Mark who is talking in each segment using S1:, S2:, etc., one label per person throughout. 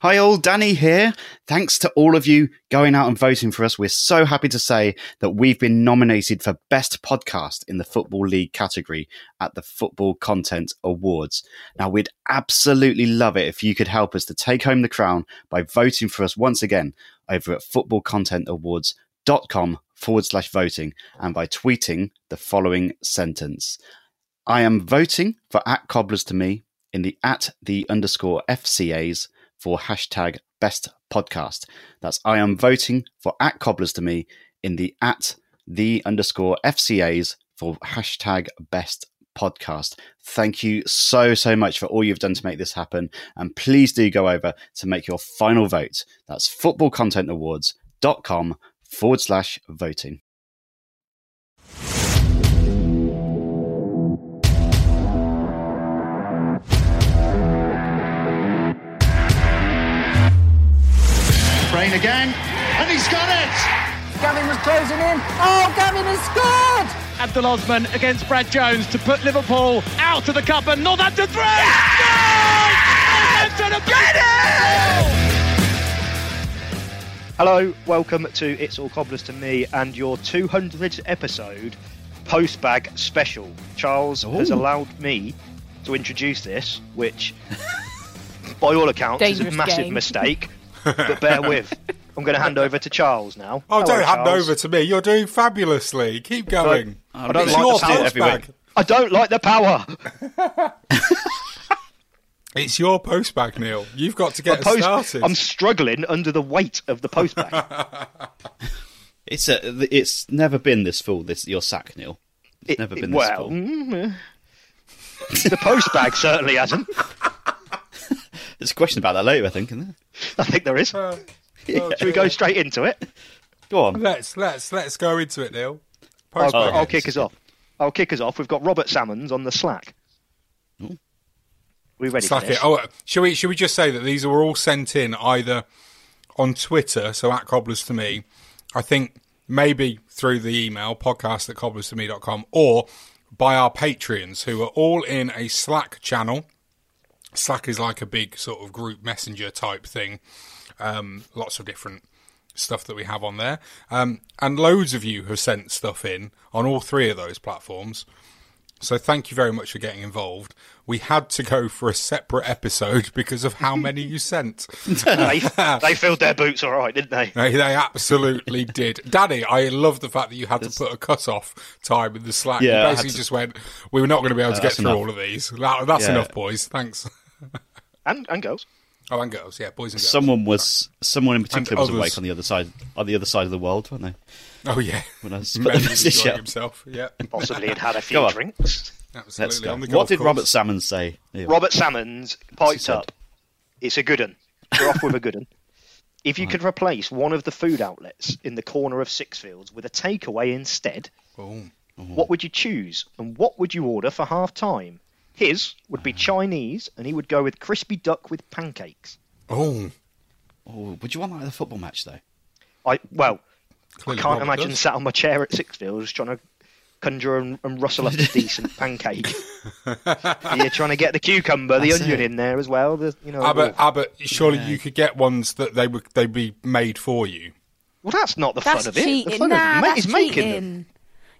S1: Hi, all, Danny here. Thanks to all of you going out and voting for us. We're so happy to say that we've been nominated for Best Podcast in the Football League category at the Football Content Awards. Now, we'd absolutely love it if you could help us to take home the crown by voting for us once again over at footballcontentawards.com forward slash voting and by tweeting the following sentence I am voting for at cobblers to me in the at the underscore FCAs for hashtag best podcast. That's I am voting for at cobblers to me in the at the underscore FCAs for hashtag best podcast. Thank you so, so much for all you've done to make this happen. And please do go over to make your final vote. That's footballcontentawards.com forward slash voting.
S2: Rain again, and he's got it!
S3: Gavin was closing in. Oh, Gavin has scored!
S4: Abdul Osman against Brad Jones to put Liverpool out of the cup and Northampton three. Northampton have beat
S5: Hello, welcome to It's All Cobblers to Me and your 200th episode postbag special. Charles has allowed me to introduce this, which, by all accounts, is
S6: Dangerous
S5: a massive
S6: game.
S5: mistake. But bear with, I'm going to hand over to Charles now.
S7: Oh,
S5: Hello,
S7: don't hand
S5: Charles.
S7: over to me. You're doing fabulously. Keep going.
S5: I don't
S7: it's
S5: like
S7: your
S5: to see it
S7: post
S5: every week.
S7: bag.
S5: I don't like the power.
S7: It's your post bag, Neil. You've got to get
S5: Post-
S7: us started.
S5: I'm struggling under the weight of the postbag.
S1: It's a, it's never been this full. This your sack, Neil. It's
S5: It-
S1: never
S5: it-
S1: been this
S5: well,
S1: full.
S5: mm, eh. the postbag certainly hasn't.
S1: There's a question about that later, I think. Isn't there?
S5: I think there is.
S7: Uh,
S5: Should we go straight into it?
S1: Go on.
S7: let's let's let's go into it, Neil.
S5: I'll,
S7: Post
S1: Oh,
S7: bag.
S5: I'll kick us off. I'll kick us off. We've got Robert Salmons on the slack. We ready
S7: Slack
S5: for
S7: it.
S5: this?
S7: Oh, uh, should we should we just say that these were all sent in either on Twitter, so at cobblers to me, I think maybe through the email podcast at cobblers to me.com or by our patrons who are all in a Slack channel. Slack is like a big sort of group messenger type thing. Um, lots of different stuff that we have on there, um, and loads of you have sent stuff in on all three of those platforms. So thank you very much for getting involved. We had to go for a separate episode because of how many you sent.
S5: they, they filled their boots all right, didn't they?
S7: They, they absolutely did. Danny, I love the fact that you had to put a cut-off time in the Slack.
S1: Yeah, I had
S7: you basically
S1: to- Uh,
S7: just went, we were not going to be able to get
S1: that's
S7: through
S1: enough.
S7: all of these. That- that's
S1: Yeah.
S7: enough, boys. Thanks.
S5: And and girls.
S7: Oh, and girls. Yeah, boys and girls.
S1: Someone was someone in particular was
S7: others.
S1: awake on the other side on the other side of the world, weren't they?
S7: Oh, yeah.
S1: When I split
S7: Men's
S1: the message
S7: enjoying
S1: up.
S7: himself. Yeah,
S5: Possibly had had a
S1: Go
S5: few
S1: on.
S5: drinks.
S7: absolutely.
S1: Let's go.
S7: On the
S1: What
S7: golf
S1: did
S7: course.
S1: Robert Salmon say? Neil?
S5: Robert Salmons
S1: That's
S5: piped
S1: a
S5: up. It's a good un. We're off with a good un. If you could replace one of the food outlets in the corner of Sixfields with a takeaway instead,
S7: Oh.
S5: what would you choose and what would you order
S1: Uh.
S5: for half time? His would be Chinese and he would go with crispy duck with pancakes.
S7: Oh,
S1: Oh, would you want that at a football match though?
S5: I well,
S7: Clearly
S5: I can't
S7: Robert
S5: imagine
S7: does.
S5: sat on my chair at Sixfield just trying to conjure and, and rustle up a decent pancake. You're trying to get the cucumber, the
S1: That's
S5: onion
S1: it. Ah,
S5: in there as well. the- you know,
S7: Abbott,
S5: all-
S7: Abbott, surely you could get ones that they would they'd be made for you.
S5: well, that's not the
S6: That's
S5: fun of it.
S6: cheating.
S5: The fun
S6: nah,
S5: of it ma-
S6: that's
S5: is making them.
S6: cheating.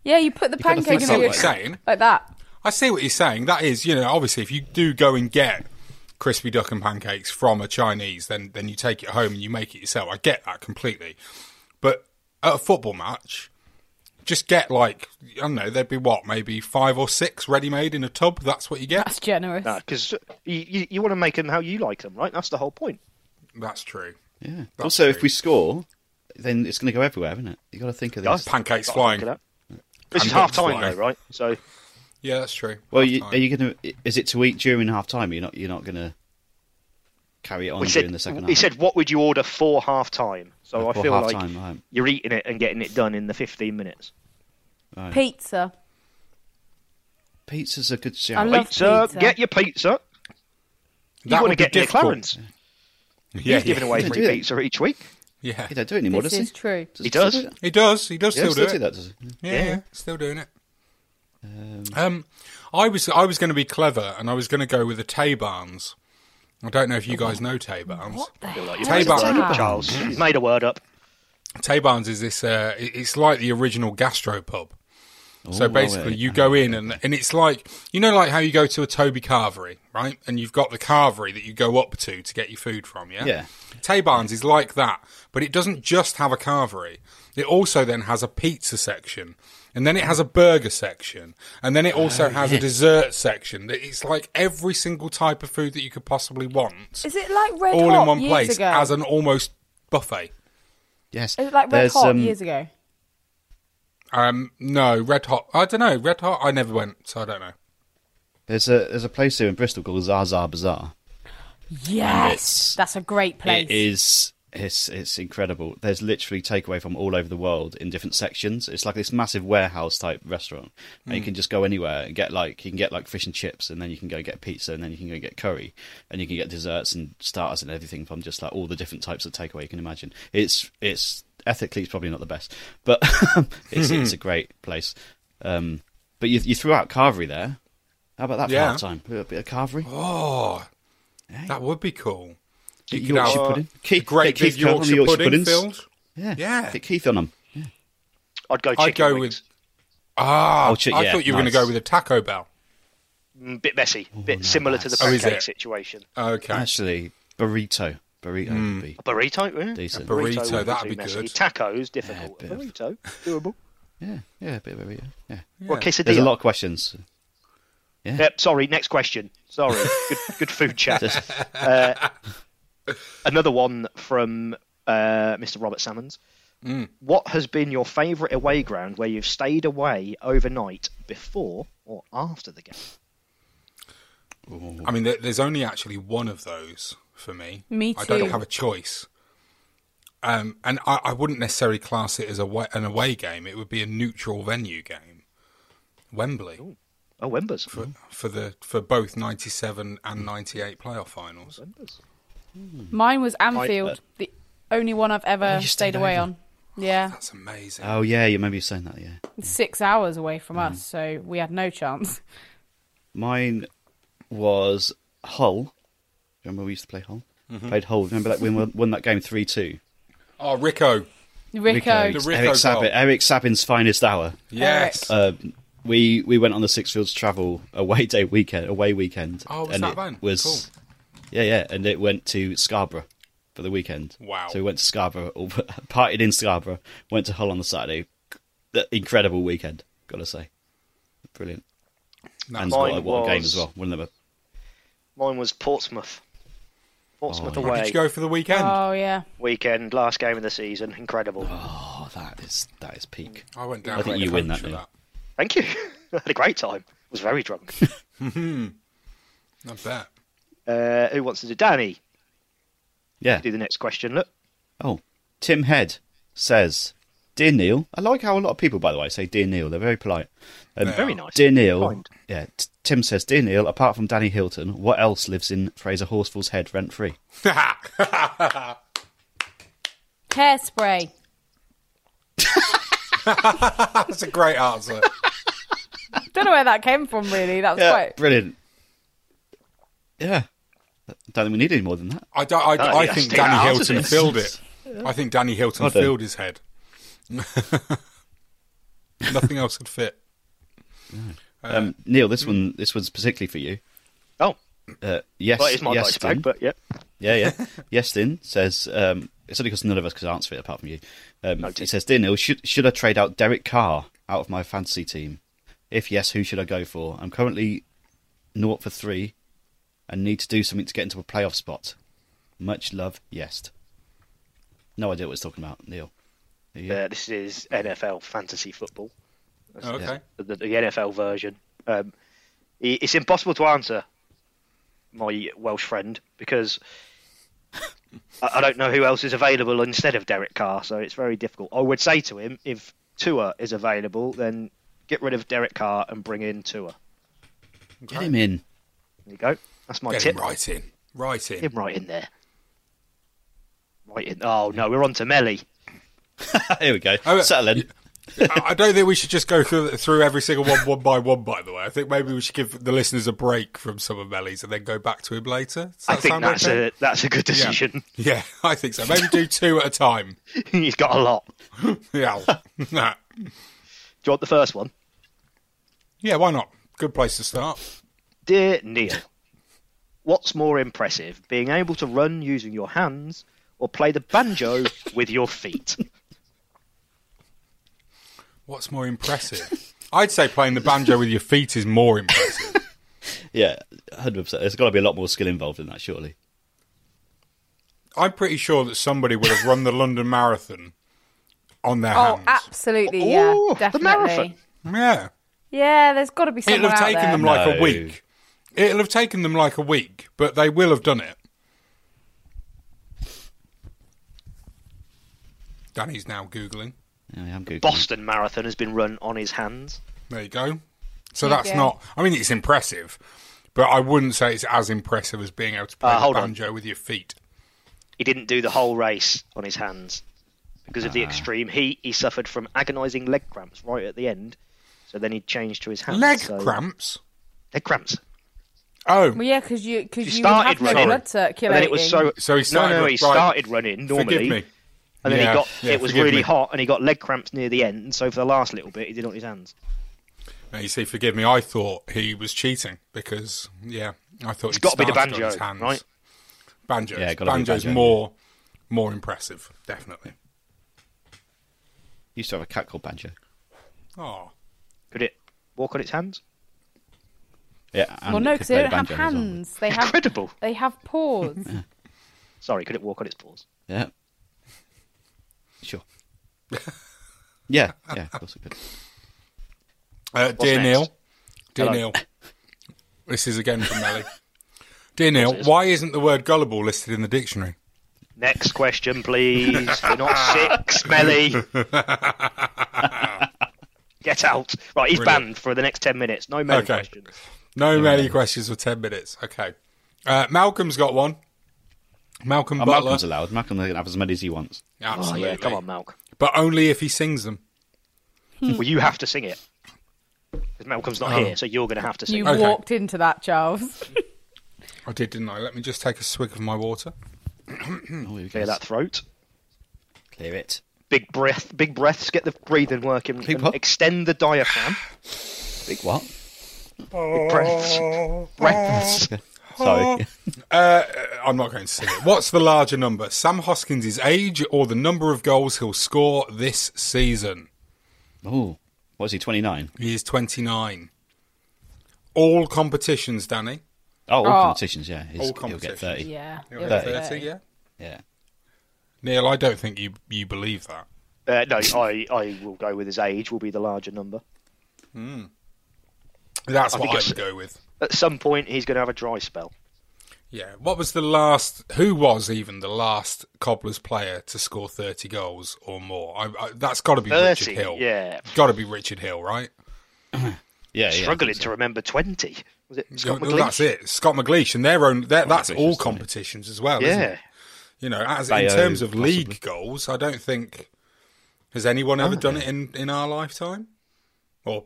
S6: Yeah, you put the
S1: could've
S6: pancake in
S1: fixed
S7: I see
S6: a
S1: it
S7: what
S6: weird
S7: you're saying.
S6: like that.
S7: I see what you're saying. That is, you know, obviously, if you do go and get crispy duck and pancakes from a Chinese, then then you take it home and you make it yourself. I get that completely. But at a football match, just get like I don't know, there'd be what maybe five or six ready made in a tub. That's what you get.
S6: That's generous.
S5: because you, you, you want to make them how you like them, right? That's the whole point.
S7: That's true.
S1: Yeah.
S7: That's
S1: also, if
S7: true.
S1: we score, then it's going to go everywhere, isn't it? You got to think of
S5: Yeah.
S1: this.
S7: Pancakes
S5: Gotta look
S7: flying.
S5: at that. This is
S7: And
S5: half
S7: that's
S5: time
S7: why.
S5: though, right? So
S7: Yeah, that's true.
S1: Well,
S7: Half
S1: you,
S7: time.
S1: are you going to? Is it to eat during half time? You're not. You're not going to carry it on
S5: we
S1: during
S5: said
S1: the second
S5: he
S1: half.
S5: said, "What would you order for half time?" So
S1: Oh,
S5: I
S1: for
S5: feel like
S1: half-time, right.
S5: you're eating it and getting it done in the 15 minutes.
S6: Pizza.
S1: Pizza's a good
S6: I
S1: shout.
S6: love
S5: Pizza,
S6: pizza.
S5: get your pizza. You
S7: That
S5: want to
S7: would be
S5: get Nick
S7: difficult.
S5: Clarence?
S7: Yeah,
S5: He's giving
S7: yeah.
S5: away
S1: They
S5: free
S1: do it.
S5: pizza each week.
S7: Yeah,
S1: He don't do it anymore,
S6: This
S1: does
S6: is
S1: he?
S6: true.
S5: He does.
S1: still do that?
S7: he does. He does
S1: Yeah,
S7: still do
S1: still
S7: it.
S1: do that, does he?
S7: Yeah,
S5: Yeah.
S7: yeah, still doing it. Um, I was I was going to be clever, and I was going to go with the Tay Barnes. I don't know if you guys know Tay Barnes. Tay
S5: Made a word up,
S7: Barnes.
S5: Charles. He's made a word up.
S7: Tay Barnes is this. Uh, it- it's like the original gastropub.
S1: Oh,
S7: So basically,
S1: wait.
S7: you go in and and it's like you know, like how you go to a Toby Carvery, right? And you've got the carvery that you go up to to get your food from. Yeah.
S1: Yeah.
S7: Tay Barnes is like that, but it doesn't just have a carvery. It also then has a pizza section, and then it has a burger section, and then it also has a dessert section. It's like every single type of food that you could possibly want,
S6: Is it like red
S7: all
S6: hot
S7: in one
S6: years
S7: place
S6: ago?
S7: as an almost buffet.
S1: Yes.
S6: Is it like red
S1: There's,
S6: hot
S1: um,
S6: years ago?
S7: Um, no, Red Hot. I don't know. Red Hot. I never went, so I don't know.
S1: There's a there's a place here in Bristol called Zaza Bazaar.
S6: Yes,
S1: it's-
S6: that's a great place.
S1: It is. It's it's incredible. There's literally takeaway from all over the world in different sections. It's like this massive warehouse type restaurant, and you
S7: Mm.
S1: can just go anywhere and get like you can get like fish and chips, and then you can go get pizza, and then you can go get curry, and you can get desserts and starters and everything from just like all the different types of takeaway you can imagine. It's it's ethically it's probably not the best, but it's
S7: Hmm.
S1: it's a great place. Um, but you you threw out carvery there. How about that for
S7: Yeah.
S1: half time? A bit of carvery.
S7: Oh, that would be cool. You
S1: Get
S7: could
S1: Yorkshire
S7: have
S1: pudding.
S7: a
S1: Keith-
S7: great
S1: get Keith
S7: big
S1: Curran on the
S7: Yorkshire,
S1: Yorkshire
S7: pudding
S1: puddings.
S7: filled.
S1: Yeah,
S7: Yeah.
S1: Get Keith on them.
S5: I'd go.
S7: I'd
S5: chicken
S7: go
S5: wings.
S7: Ah,
S1: Oh, chi-
S7: I
S1: yeah,
S7: thought you were
S1: nice.
S7: going to go with a Taco Bell.
S5: Mm, bit messy, bit similar to the
S7: Oh, is
S5: pancake
S7: it?
S5: situation.
S7: Okay.
S1: Actually, burrito. Burrito
S7: Mm.
S1: would be
S5: A burrito, eh?
S1: decent.
S7: burrito,
S5: wouldn't
S7: that'd
S5: too
S7: be
S5: messy.
S7: good.
S5: Tacos, difficult.
S1: Yeah,
S5: a
S1: a bit
S5: burrito, doable.
S1: yeah, yeah, a bit of burrito. Yeah.
S5: Well, quesadilla.
S1: There's a lot of questions.
S5: Yep, Uh, sorry, next question. Sorry, good, good food chat. Uh, another one from uh, Mr. Robert Salmons.
S7: Mm.
S5: What has been your favourite away ground where you've stayed away overnight before or after the game?
S7: I mean, there, there's only actually one of those for me.
S6: Me
S7: I
S6: too.
S7: don't have a choice. Um, and I, I wouldn't necessarily class it as a wa- an away game. It would be a neutral venue game. Wembley
S5: Oh, Wembers.
S7: for, for the for both 97 and 98 playoff finals.
S6: Mine was Anfield, the only one I've ever
S1: you
S6: stayed
S1: stayed
S6: away
S1: over.
S6: on. Yeah,
S7: That's amazing.
S1: Oh yeah, you remember you saying that? Yeah.
S6: six hours away from us, so we had no chance.
S1: Mine was Hull. Remember we used to play Hull.
S7: Mm-hmm.
S1: Played Hull. Remember that when we won that game three two.
S7: Oh, Rico.
S6: Rico,
S7: The Rico
S1: Eric
S7: goal.
S1: Sabin. Eric Sabin's finest hour.
S7: Yes.
S1: Um, we we went on the Sixfields travel away day weekend away weekend.
S7: Oh, was
S1: and
S7: that
S1: it
S7: van?
S1: was
S7: Cool.
S1: yeah yeah, and it went to Scarborough for the weekend.
S7: Wow.
S1: So we went to Scarborough, all- partied in Scarborough, went to Hull on the Saturday. The incredible weekend, gotta say, brilliant. and
S5: mine
S1: what, a- what a game
S5: was-
S1: as well. One of them.
S5: Mine was Portsmouth. Portsmouth
S7: Where did
S5: away
S7: Oh, you go for the weekend?
S1: Uh,
S6: Oh yeah,
S5: weekend, last game of the season. Incredible.
S1: Oh, that is that is peak.
S7: I went down.
S1: I think
S7: quite
S1: you
S7: a
S1: win
S7: bunch
S1: that,
S7: for
S1: Lee.
S5: Thank you. I had a great time. I was very drunk.
S7: that. I bet.
S5: uh, who wants to do Danny?
S1: Yeah.
S5: Do the next question. Look,
S1: Oh, Tim Head says, Dear Neil, I like how a lot of people, by the way, say Dear Neil. They're very polite. Um,
S5: Very nice.
S1: Dear Neil,
S5: Kind.
S1: yeah. T- Tim says, Dear Neil, apart from Danny Hilton, what else lives in Fraser Horsfall's head rent free?
S6: Hairspray.
S7: That's a great answer.
S6: Don't know where that came from, really. That's
S1: Yeah,
S6: quite.
S1: brilliant. Yeah, don't think we need any more than that.
S7: I, don't- I,
S5: Oh,
S7: I
S5: yeah,
S7: think
S5: stick
S7: Danny
S5: out,
S7: Hilton
S5: isn't it?
S7: filled it. I think Danny Hilton
S1: I do.
S7: filled his head. Nothing else would fit.
S5: Uh,
S1: Um, Neil,
S5: hmm.
S1: this one, this one's particularly for you.
S5: Oh,
S1: Uh, yes,
S5: well, it is my
S1: yes,
S5: yes, bag,
S1: Tim.
S5: but yeah.
S1: Yeah, yeah. yes, Din says um, it's only because none of us could answer it apart from you. Um,
S5: No,
S1: it says, Dear Neil, should, should I trade out Derek Carr out of my fantasy team? If yes, who should I go for? I'm currently naught for three and need to do something to get into a playoff spot. Much love, yes. No idea what it's talking about, Neil. Yeah.
S5: Uh, this is NFL fantasy football,
S7: Oh, okay.
S1: Yeah.
S5: the, the NFL version. Um, i- it's impossible to answer, my Welsh friend, because I, I don't know who else is available instead of Derek Carr, so it's very difficult. I would say to him, if Tua is available, then get rid of Derek Carr and bring in Tua.
S1: Get him in.
S5: There you go. That's my
S7: Get
S5: tip.
S7: him right in. Right in.
S5: Get him right in there. Right in. Oh no, we're on to Melly.
S1: Here we go.
S7: Oh, uh,
S1: Settle in.
S7: I I don't think we should just go through through every single one one by one. By the way, I think maybe we should give the listeners a break from some of Melly's and then go back to him later. Does that
S5: I think
S7: sound
S5: that's
S7: okay?
S5: a that's a good decision.
S7: Yeah, I think so. Maybe do two at a time.
S5: He's got a lot.
S7: Yeah. Nah.
S5: Do you want the first one?
S7: yeah, why not? Good place to start.
S5: Dear Neil, what's more impressive, being able to run using your hands or play the banjo with your feet?
S7: What's more impressive? I'd say playing the banjo with your feet is more impressive.
S1: Yeah, 100%. There's got to be a lot more skill involved in that, surely.
S7: I'm pretty sure that somebody would have run the London Marathon on their
S6: Oh,
S7: hands.
S6: absolutely. Yeah,
S5: Ooh, the
S6: definitely.
S5: marathon.
S7: yeah,
S6: Yeah, there's got to be someone
S7: it'll have
S6: out
S7: taken
S6: there.
S7: them like a
S1: No.
S7: week. It'll have taken them like a week, but they will have done it. Danny's now googling.
S1: Yeah, I'm Googling.
S5: Boston Marathon has been run on his hands.
S7: There you go. So
S6: There you
S7: that's
S6: go.
S7: not. I mean, it's impressive, but I wouldn't say it's as impressive as being able to play
S5: Uh,
S7: the
S5: hold on.
S7: banjo with your feet.
S5: He didn't do the whole race on his hands. Because of the
S7: Ah.
S5: extreme heat, he suffered from agonising leg cramps right at the end. So then he changed to his hands.
S7: Leg
S5: so-
S7: cramps.
S5: Leg cramps.
S7: Oh,
S6: Well, yeah, because you because
S5: He
S6: you would
S5: started
S6: have no
S5: running.
S6: blood
S5: but
S6: circulating.
S5: then it was so.
S7: So he started-
S5: no, no, he
S7: right.
S5: started running normally.
S7: forgive me.
S5: And then
S7: Yeah,
S5: he got.
S7: yeah,
S5: it was
S7: forgive
S5: really
S7: me.
S5: hot, and he got leg cramps near the end. And so for the last little bit, he did it on his hands.
S7: Now, you see, forgive me. I thought he was cheating because, yeah, I thought
S5: It's
S7: he'd
S5: gotta be the
S7: started on
S5: banjo,
S7: his hands.
S5: right?
S7: Banjos.
S1: Yeah, gotta be
S7: banjos
S1: banjo.
S7: more, more impressive, definitely.
S1: Used to have a cat called Banjo.
S7: Oh,
S5: Could it walk on its hands?
S1: Yeah, and
S6: well, no,
S1: it could
S6: because they
S1: play
S6: don't have
S1: banjo as well.
S6: hands. They have
S5: Incredible.
S6: They have paws.
S5: Sorry, could it walk on its paws?
S1: Yeah. Sure. yeah, yeah, of course it could.
S7: uh, dear
S5: next?
S7: Neil, dear
S5: Hello.
S7: Neil. This is again from Melly. Dear Neil, why isn't the word gullible listed in the dictionary?
S5: Next question, please. You're not sick, smelly. Get out. Right, he's
S7: Brilliant.
S5: banned for the next 10 minutes. No more
S7: Okay.
S5: questions.
S7: No Melly questions for ten minutes. Okay. Uh, Malcolm's got one. Malcolm
S1: Oh,
S7: Butler.
S1: Malcolm's allowed. Malcolm can have as many as he wants.
S5: Oh,
S7: Absolutely.
S5: yeah, come on, Malcolm.
S7: But only if he sings them.
S5: well, you have to sing it. 'Cause Malcolm's not
S1: Um,
S5: here, so you're going to have to sing
S6: you
S5: it.
S7: Okay.
S6: walked into that, Charles.
S7: I did, didn't I? Let me just take a swig of my water.
S1: Oh, here we
S5: Clear
S1: go.
S5: that throat.
S1: Clear it.
S5: Big breath. Big breaths. Get the breathing working.
S1: Big
S5: and
S1: what?
S5: Extend the diaphragm.
S1: Big what?
S5: Big breaths. breaths.
S1: Sorry.
S7: I'm not going to sing it. What's the larger number, Sam Hoskins' age or the number of goals he'll score this season?
S1: oh, what is he, 29?
S7: He is 29. All competitions, Danny.
S1: Oh, all
S6: Oh.
S1: competitions, yeah. He's,
S7: All
S1: He'll get
S7: competitions.
S1: 30. Yeah.
S6: yeah.
S7: You're
S6: you're
S7: 30,
S6: right.
S7: yeah?
S1: yeah.
S7: Neil, I don't think you, you believe that.
S5: Uh, no, I, I will go with his age, will be the larger number.
S7: That's
S5: I
S7: what
S5: think
S7: I
S5: it's-
S7: would go with.
S5: At some point, he's going to have a dry spell.
S7: Yeah. What was the last? Who was even the last Cobblers player to score thirty goals or more? I, I, that's got to be
S5: 30,
S7: Richard Hill.
S5: yeah.
S7: Got to be Richard Hill, right?
S1: yeah,
S5: Struggling to remember twenty. Was it Scott
S7: Yeah,
S5: McLeish?
S7: That's it. Scott McLeish, and their own. Their, that's
S1: McLeish
S7: all
S1: is tiny.
S7: competitions as well. Isn't
S5: Yeah.
S7: it? You know, as in
S1: Bayo,
S7: terms of
S1: possibly.
S7: league goals, I don't think has anyone
S1: Oh,
S7: ever done it in in our lifetime. Or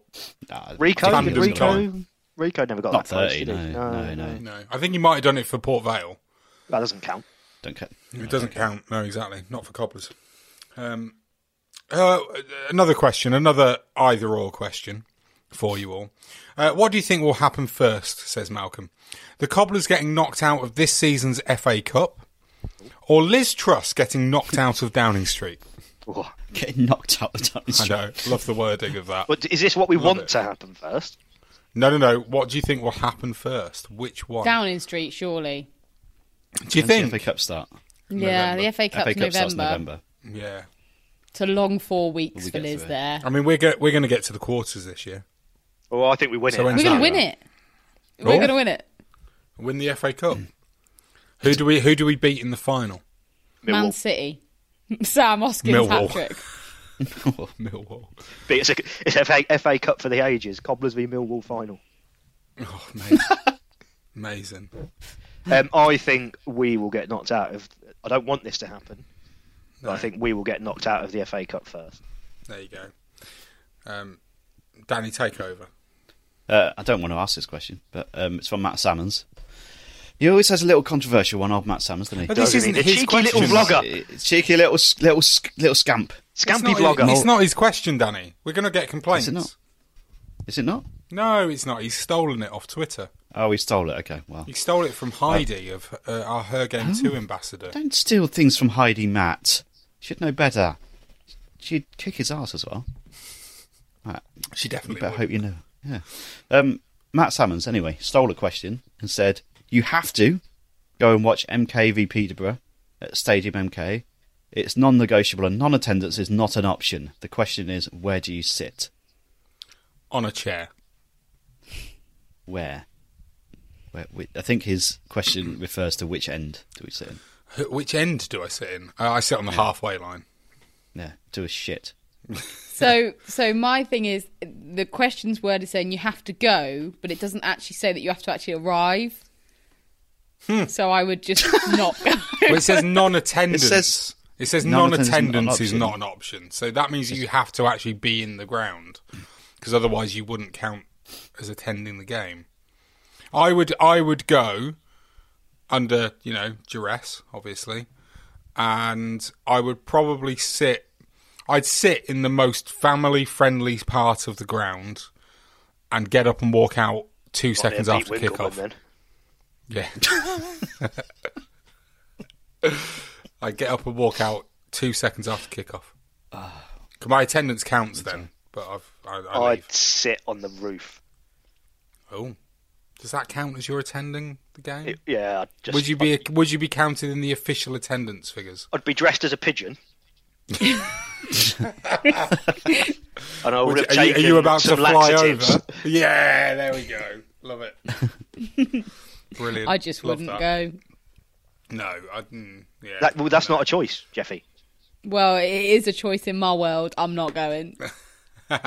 S1: Nah,
S5: Rico,
S7: Fandom
S5: did Rico, Rico never got
S1: Ah, Not
S5: that close,
S1: 30,
S5: did he?
S1: no, no, no.
S7: no, I think he might have done it for Port Vale.
S5: That doesn't count.
S1: Don't care.
S7: It doesn't count. No, exactly. Not for cobblers. Um, uh, another question, another either or question for you all. Uh, what do you think will happen first, says Malcolm? The cobblers getting knocked out of this season's FA Cup or Liz Truss getting knocked out of Downing Street?
S5: Oh.
S1: Getting knocked out of
S7: I
S1: the
S7: know. Love the wording of that.
S5: But is this what we
S7: Love
S5: want
S7: it.
S5: to happen first?
S7: No, no, no. What do you think will happen first? Which one?
S8: Downing Street, surely.
S7: do you think?
S1: FA Cup start?
S8: Yeah,
S7: November.
S8: the FA Cup's
S1: FA Cup starts
S8: November.
S1: November.
S7: Yeah.
S8: It's a long four weeks
S1: We
S8: for
S1: get to
S8: Liz
S1: it.
S8: there.
S7: I mean, we're, go- we're going to get to the quarters this year.
S5: Well, I think we win
S7: So
S5: it.
S7: when's
S8: We're going
S7: that?
S8: to win it.
S7: Oh.
S8: We're going to win it.
S7: win the FA Cup. Who do we who do we beat in the final?
S5: Millwall.
S8: Man City. Sam Hoskins hat
S7: Millwall.
S8: trick.
S7: Millwall.
S5: But It's, a, it's FA, FA Cup for the ages. Cobblers v Millwall final.
S7: Oh, amazing. amazing.
S5: Um, I think we will get knocked out of. I don't want this to happen. But I think we will get knocked out of the FA Cup first.
S7: There you go. Um, Danny, take over.
S1: Uh, I don't want to ask this question, but um, it's from Matt Salmons. He always has a little controversial one, old Matt Salmons, doesn't he?
S7: But this
S5: Doesn't
S7: isn't
S5: he? The
S7: his
S5: cheeky
S7: question.
S5: little vlogger,
S1: Uh, Cheeky little s- little sc- little scamp.
S7: It's
S5: scampy
S7: not,
S5: vlogger. Oh,
S7: It's not his question, Danny. We're going to get
S1: Is
S7: complaints.
S1: it not? Is it not?
S7: No, it's not. He's stolen it off Twitter.
S1: Oh, he stole it. Okay, well,
S7: He stole it from Heidi of uh, our Her Game 2 ambassador.
S1: Oh. don't steal things from Heidi Matt. She'd know better. She'd kick his ass as well. Matt,
S7: She
S1: you
S7: definitely
S1: better
S7: would.
S1: hope you know. Yeah. Um, Matt Salmons, anyway, stole a question and said, "You have to go and watch MKV Peterborough at Stadium MK. It's non-negotiable, and non-attendance is not an option. The question is, where do you sit?
S7: on a chair.
S1: Where?" Where, whi- I think his question refers to which end do we sit in?
S7: Wh- Which end do I sit in? Uh, I sit on the halfway line.
S1: Yeah, to a shit.
S8: So, so my thing is the questions word is saying you have to go, but it doesn't actually say that you have to actually arrive.
S7: Hmm.
S8: So I would just not go.
S7: Well, it says non-attendance.
S1: It says-
S7: It says
S1: Non-attendance is not an
S7: non-attendance is
S1: option.
S7: not an option. So that means you have to actually be in the ground, because otherwise you wouldn't count as attending the game. I would, I would go under, you know, duress, obviously, and I would probably sit. I'd sit in the most family-friendly part of the ground, and get up and walk out two seconds
S5: Beat
S7: after
S5: Wimbledon
S7: kickoff.
S5: then.
S7: Yeah. I get up and walk out two seconds after kickoff. 'Cause My attendance counts then, but I've I, I leave.
S5: I'd sit on the roof.
S7: Oh, does that count as you're attending the game?
S5: It- yeah, I'd just,
S7: would you be Would you be counted in the official attendance figures?
S5: I'd be dressed as a pigeon. and I would have
S7: Would you- are, you, are
S5: taken
S7: you about to
S5: some
S7: fly
S5: laxatives.
S7: over? Yeah, there we go. Love it. Brilliant.
S8: I just
S7: Love
S8: wouldn't
S7: that.
S8: go.
S7: No, I, mm, yeah.
S5: That, well, that's not a choice, Jeffy.
S8: Well, it is a choice in my world. I'm not going.
S7: There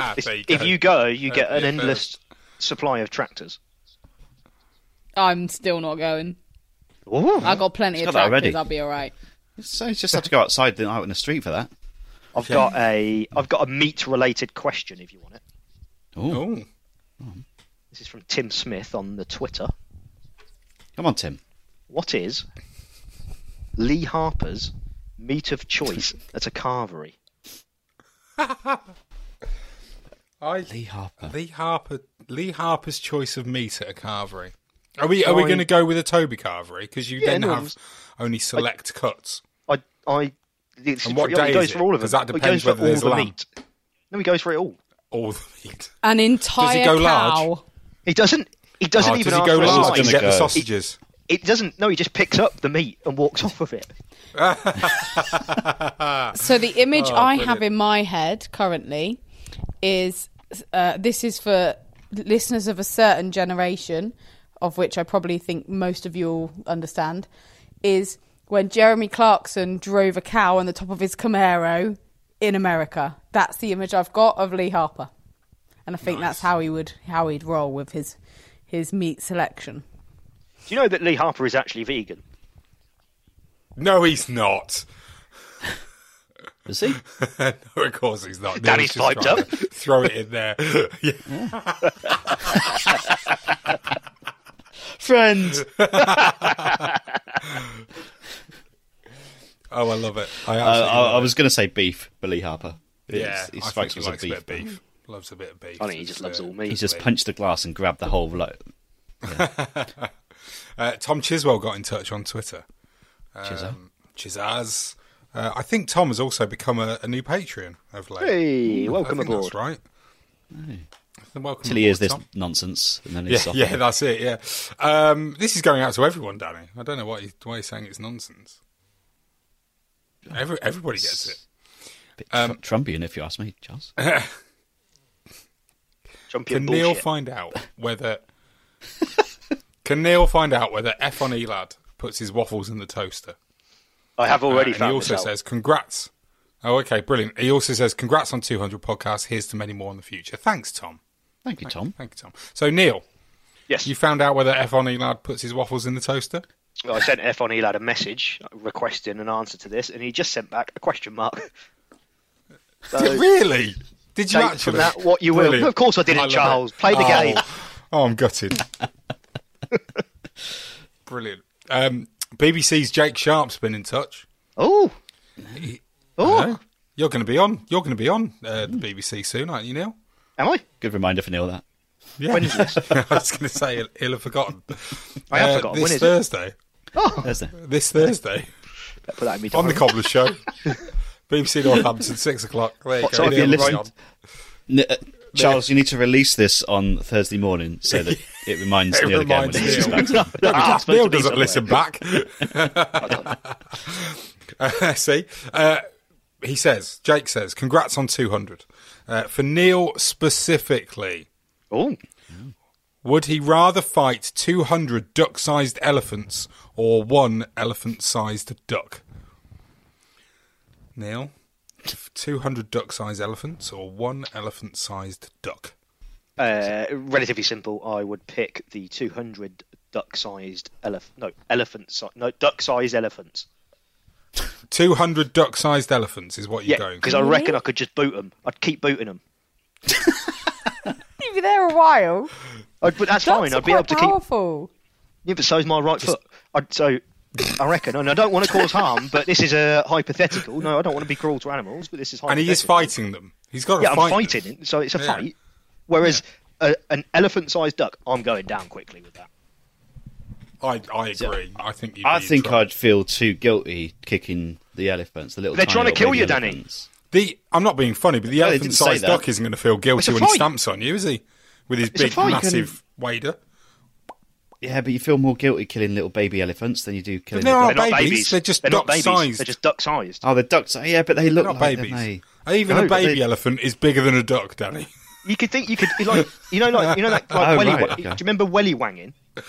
S5: If you go, you
S7: Uh,
S5: get an
S7: yeah,
S5: endless supply of tractors.
S8: I'm still not going. I got plenty
S1: He's
S8: of
S1: got that
S8: tractors.
S1: already.
S8: I'll be all right.
S1: So you just have to go outside, then out in the street for that.
S5: I've got a I've got a meat related question if you want it.
S1: Oh,
S7: Oh,
S5: This is from Tim Smith on the Twitter.
S1: come on, Tim.
S5: What is Lee Harper's meat of choice at a carvery?
S7: I
S1: Lee Harper.
S7: Lee Harper, Lee Harper's choice of meat at a carvery. Are we are we
S5: I-
S7: going to go with a Toby carvery? Because you
S5: Yeah,
S7: then
S5: no, it
S7: have
S5: was-
S7: only select cuts.
S5: I I it's,
S7: And what
S5: it
S7: day
S5: goes
S7: is it?
S5: for all of them.
S7: Does that
S5: It
S7: depend
S5: goes for
S7: whether there's
S5: all the
S7: lamb?
S5: meat. No, he goes for it all.
S7: All the meat.
S8: An entire
S7: go large?
S8: cow.
S5: He doesn't he doesn't
S7: Oh,
S5: even
S7: does he
S5: ask
S7: go
S5: for a
S1: large?
S7: last and
S5: slice.
S7: get the
S1: Go.
S7: sausages?
S5: It doesn't no, he just picks up the meat and walks off of it.
S8: So the image
S7: Oh,
S8: I
S7: brilliant.
S8: have in my head currently is uh, this is for listeners of a certain generation of which I probably think most of you'll understand, is when Jeremy Clarkson drove a cow on the top of his Camaro in America. That's the image I've got of Lee Harper, and I think that's how he would how he'd roll with his his meat selection.
S5: Do you know that Lee Harper is actually vegan?
S7: No, he's not.
S1: Is he?
S7: no, of course he's not. No,
S5: Daddy's
S7: he's just
S5: piped
S7: trying
S5: up.
S7: to Throw it in there. Yeah.
S5: Friend.
S7: Oh, I love it.
S1: Uh,
S7: I,
S1: I,
S7: absolutely
S1: I, I
S7: love
S1: was going to say beef, but Lee Harper.
S7: it. yeah,
S1: It's- he
S7: I think
S1: strikes
S7: he
S1: me as a
S7: likes a bit of
S1: beef.
S7: beef. Loves a bit of beef.
S5: I think he just loves all meat.
S1: He just punched the glass and grabbed the whole lot.
S7: Uh, Tom Chiswell got in touch on Twitter. Um,
S1: Chizza.
S7: Chizaz. Uh, I think Tom has also become a, a new Patreon of late.
S5: Hey, welcome
S7: I think
S5: aboard.
S7: That's right. Hey. Welcome
S1: Till he hears
S7: aboard,
S1: this
S7: Oh, Tom.
S1: nonsense, and then he's
S7: Yeah,
S1: off.
S7: yeah, that's it. Yeah, um, this is going out to everyone, Danny. I don't know why, you, why you're saying it's nonsense. Every, everybody gets it.
S1: Bit tr-
S7: um,
S1: Trumpian, if you ask me, Charles.
S7: Uh-huh. Can
S5: Trumpian
S7: Neil
S5: bullshit.
S7: find out whether? can Neil find out whether F on Elad puts his waffles in the toaster?
S5: I have already
S7: Uh, and
S5: found
S7: he also
S5: this out.
S7: says congrats. Oh, okay, brilliant. He also says congrats on 200 podcasts. Here's to many more in the future. Thanks, Tom.
S1: Thank you, Tom.
S7: Thank you, Tom. So Neil,
S5: yes,
S7: you found out whether F on Elad puts his waffles in the toaster?
S5: Well, I sent F on Elad a message requesting an answer to this, and he just sent back a question mark. So,
S7: really? Did you
S5: take
S7: actually?
S5: from Uh, that what you will.
S7: Brilliant.
S5: Of course I didn't,
S7: love
S5: Charles. Play the
S7: Oh.
S5: game.
S7: Oh, I'm gutted. Brilliant. Um, BBC's Jake Sharp's been in touch.
S5: oh,
S7: Hello? You're going to be on. You're going to be on uh, the BBC soon, aren't you, Neil?
S5: am I?
S1: Good reminder for Neil that.
S7: Yeah. When is this? I was going to say he'll- he'll have forgotten. Uh,
S5: I have forgotten.
S7: This
S5: When is it?
S7: Thursday.
S1: There's the-
S7: This Thursday
S5: Better Put that in me
S7: on the
S5: diary.
S7: Cobbler's Show. BBC Northampton, six o'clock. There you
S5: What
S7: go.
S5: time
S7: Neil,
S5: have you
S7: right
S1: listened? N- uh, Charles, you need to release this on Thursday morning so that it reminds
S7: It
S1: Neil again
S7: reminds
S1: when he listens
S7: Neil.
S1: back.
S5: No, no, I'm
S7: on.
S5: not Ah, supposed
S7: Ah, Neil
S5: to be
S7: doesn't
S5: somewhere.
S7: listen back. Uh, see, uh, he says, Jake says, congrats on 200. Uh, for Neil specifically,
S5: Oh,
S7: would he rather fight 200 duck sized elephants or one elephant sized duck? Neil, 200 duck sized elephants or one elephant sized duck?
S5: uh, relatively simple. I would pick the 200 duck-sized elephant. No, elephant size. No, duck-sized elephants.
S7: 200 duck sized elephants is what you're
S5: Yeah,
S7: going
S5: because I reckon I could just boot them. I'd keep booting them.
S8: You'd be there a while.
S5: I'd, but that's fine.
S8: Ducks are
S5: I'd be able
S8: quite
S5: to keep.
S8: powerful.
S5: Yeah, but so's my right foot. I, so I reckon, and I don't want to cause harm, but this is a hypothetical. No, I don't want to be cruel to animals, but this is
S7: And
S5: hypothetical.
S7: he is fighting them. He's got to
S5: Yeah, I'm
S7: fight them.
S5: fighting, it, so it's a
S7: Yeah.
S5: fight. Whereas a, an elephant-sized duck, I'm going down quickly with that.
S7: I, I agree. I think you'd
S1: I
S7: be in
S1: think
S7: trouble.
S1: I'd feel too guilty kicking the elephants. The little
S5: They're
S1: tiny
S5: trying to
S1: little
S5: kill
S1: baby
S5: you, Danny.
S1: elephants.
S7: The I'm not being funny, but the
S1: No, they didn't say
S7: elephant-sized
S1: that.
S7: duck isn't going to feel
S5: It's a
S7: guilty when he
S5: fight.
S7: stamps on you, is he? With his
S5: It's a
S7: big,
S5: fight.
S7: massive wader.
S1: Yeah, but you feel more guilty killing little baby elephants than you do killing.
S7: But they're
S1: the
S7: not
S5: They're
S1: duck.
S7: babies.
S5: not babies.
S7: They're just
S5: They're not babies.
S7: duck-sized.
S5: They're just duck-sized.
S1: Oh, the ducks. are- Yeah, but they look
S7: They're not
S1: like
S7: babies.
S1: Don't
S7: Even
S1: No,
S7: a
S1: but
S7: baby
S1: they-
S7: elephant is bigger than a duck, Danny.
S5: You could think you could like you know like you know that like
S1: Oh,
S5: welly.
S1: right,
S5: wa-
S1: okay.
S5: Do you remember welly wanging?
S7: Oh,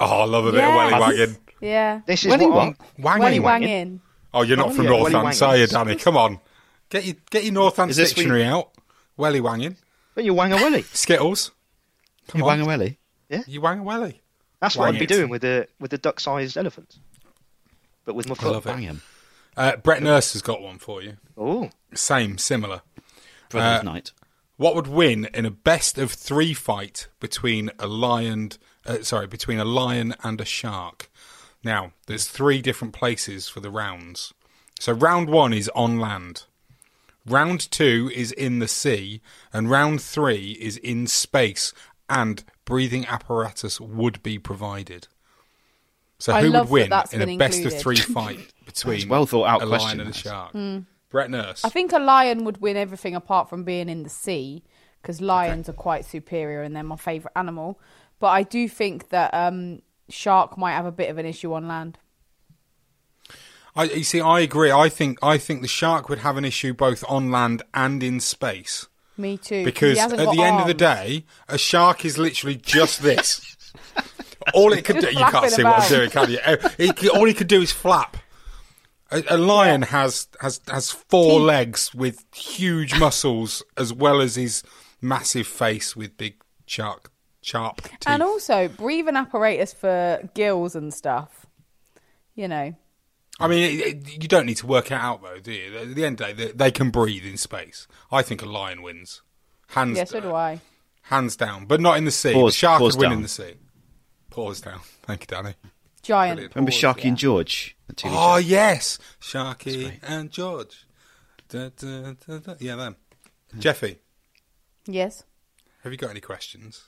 S7: I love a bit of welly wagging.
S6: Yeah.
S5: This is
S1: Welly
S5: what I'm-
S1: what?
S7: Wang
S6: Welly
S7: wang.
S6: wang in.
S7: Oh, you're
S5: Oh,
S7: not from
S5: yeah,
S7: North
S5: welly
S7: Northants, are
S5: wanging.
S7: you, Danny? Come on, get your get your Northants
S1: Is this when-
S7: dictionary out. Welly wanging,
S5: But you wang a welly.
S7: skittles. Come
S1: You
S7: on,
S1: wang a welly.
S7: you wang a welly.
S5: That's what
S7: Wang
S5: I'd be
S7: it.
S5: doing with the with the duck-sized elephants. But with my foot.
S7: love it.
S1: Bang him.
S7: Uh, Brett Nurse has got one for you.
S5: Oh,
S7: Same, similar. Uh,
S1: Brothers' night.
S7: What would win in a best of three fight between a lion, uh, sorry, between a lion and a shark? Now, there's three different places for the rounds. So round one is on land, round two is in the sea, and round three is in space, and breathing apparatus would be provided. So
S6: I
S7: who
S6: love
S7: would win
S6: that that's
S7: in a
S6: been
S7: best
S6: included. Hmm.
S7: of three fight between
S1: well thought out
S7: a
S1: question,
S7: lion and a
S1: that.
S7: shark? Brett Nurse.
S6: I think a lion would win everything apart from being in the sea because lions are quite superior and they're my favourite animal. But I do think that um, shark might have a bit of an issue on land.
S7: I, you see, I agree. I think I think the shark would have an issue both on land and in space
S6: Me too.
S7: because
S6: He
S7: at
S6: hasn't
S7: the
S6: got
S7: end of the
S6: arms.
S7: day, a shark is literally just this. all it could do, you can't see about. what I'm doing, can you? He, all he could do is flap. A, a lion yeah. has has has four he, legs with huge muscles, as well as his massive face with big shark sharp teeth.
S6: And also breathing apparatus for gills and stuff. You know.
S7: I mean, it, it, you don't need to work it out though, do you? At the end of the day, they, they can breathe in space. I think a lion wins. Hands.
S6: Yes, yeah, so do I.
S7: Hands down, but not in the sea. Pause, the shark would win in the sea. Pause down. Thank you, Danny.
S6: Giant.
S1: Brilliant. Remember Sharky yeah. and George?
S7: Oh show. yes, Sharky and George. Da, da, da, yeah, them. Mm. Jeffy.
S6: Yes.
S7: Have you got any questions?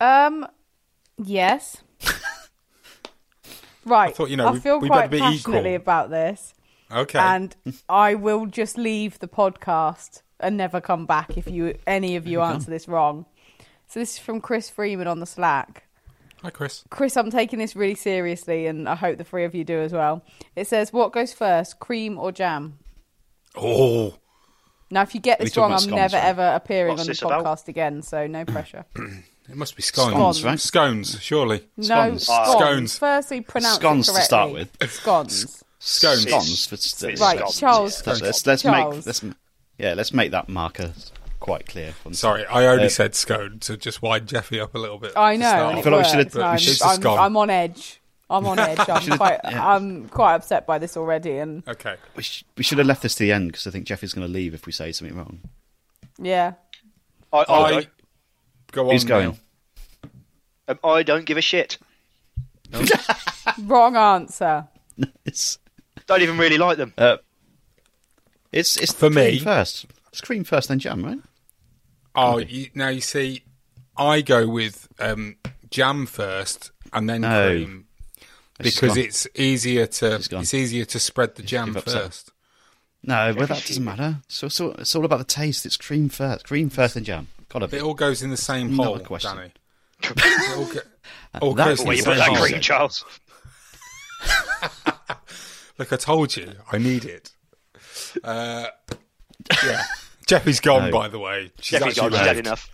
S6: Um. Yes. right. I, thought, you know, I feel we, quite we passionately about this.
S7: Okay.
S6: And I will just leave the podcast and never come back if you any of you Here answer this wrong. So this is from Chris Freeman on the Slack.
S7: Hi, Chris.
S6: Chris, I'm taking this really seriously, and I hope the three of you do as well. It says, "What goes first, cream or jam?"
S7: Oh.
S6: Now, if you get this wrong, I'm scones, never right? ever appearing What's on the podcast about? again, so no pressure.
S7: it must be scones, scones, right? Scones, surely.
S6: No, scones. scones. Ah. scones. Firstly, pronounce
S1: scones
S6: correctly.
S1: to start with.
S6: Scones.
S7: Scones.
S1: Scones. For,
S6: right, Charles.
S1: Let's, let's, let's Charles. make let's, yeah, let's make that marker quite clear.
S7: Sorry, I only uh, said scone to just wind Jeffy up a little bit.
S6: I know. I feel like we should have. No, I'm, I'm, I'm, on edge. I'm on edge. I'm quite. yeah. I'm quite upset by this already. And
S7: okay,
S1: we, sh- we should have left this to the end because I think Jeffy's going to leave if we say something wrong.
S6: Yeah.
S5: I, I, I
S7: Oh, go on.
S1: Who's going?
S5: Um, I don't give a shit.
S6: No. wrong answer.
S1: it's...
S5: Don't even really like them.
S1: Uh, it's it's
S7: for me
S1: first. It's cream first, then jam, right?
S7: Oh, you, now you see, I go with um, jam first and then no. cream because it's easier to it's easier to spread the jam first.
S1: No, well that doesn't matter. So it's all, it's all about the taste. It's cream first, cream first, and jam. Got
S7: It all goes in the same hole, question. Danny. it all, go, all
S5: goes in the same hole. Cream, Charles.
S7: Look, I told you, I need it. Uh, yeah. Jeffy's gone, no. by the way.
S5: She's Jeffy's gone. She's dead enough.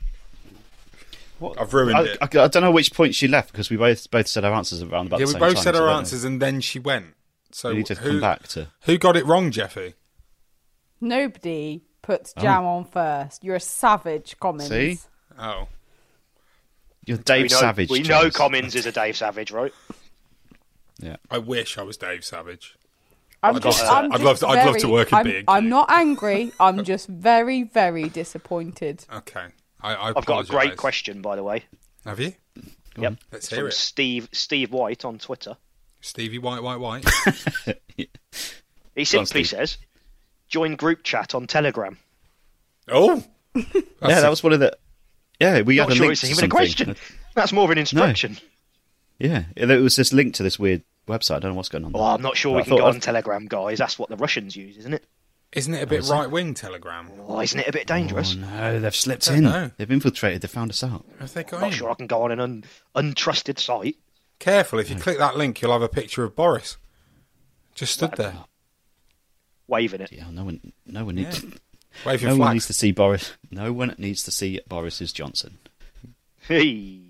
S7: What? I've ruined
S1: I,
S7: it.
S1: I, I, don't know which point she left because we both both said our answers around about.
S7: Yeah,
S1: we
S7: both
S1: time,
S7: said
S1: so
S7: our answers, know. and then she went. So
S1: we need to who, come back to
S7: who got it wrong, Jeffy.
S6: Nobody puts jam oh. on first. You're a savage, Commons.
S1: See?
S7: Oh,
S1: you're Dave
S5: we know,
S1: Savage.
S5: We know James. Commons is a Dave Savage, right?
S1: Yeah.
S7: I wish I was Dave Savage.
S6: I'm I'd, just,
S7: love to, I'd love to,
S6: very,
S7: I'd love to work in
S6: I'm,
S7: big.
S6: I'm not angry. I'm just very, very disappointed.
S7: Okay. I,
S5: have got a great question, by the way.
S7: Have you?
S5: Go yep. On.
S7: Let's
S5: it's
S7: hear it.
S5: Steve Steve White on Twitter.
S7: Stevie White, White, White.
S5: yeah. he simply on, says, "Join group chat on Telegram."
S7: Oh,
S1: yeah, a... that was one of the. Yeah, we
S5: not
S1: had a
S5: sure
S1: link
S5: it's
S1: to
S5: even
S1: something.
S5: a question. That's more of an instruction.
S1: No. Yeah, it was this link to this weird website. I don't know what's going on.
S5: Well, there. I'm not sure but we can go I've... on Telegram, guys. That's what the Russians use, isn't it?
S7: Isn't it a bit oh, right wing Telegram?
S5: Oh, isn't it a bit dangerous?
S1: Oh, no, they've slipped in. Know. They've infiltrated. They've found us out.
S7: Have they got
S5: I'm not
S7: in?
S5: sure I can go on an un- untrusted site.
S7: Careful, if you no. click that link, you'll have a picture of Boris. Just stood there,
S5: waving it.
S1: Yeah, no one, no one needs. Yeah.
S7: Waving
S1: no
S7: flags.
S1: one needs to see Boris. No one needs to see Boris's Johnson.
S5: Hey,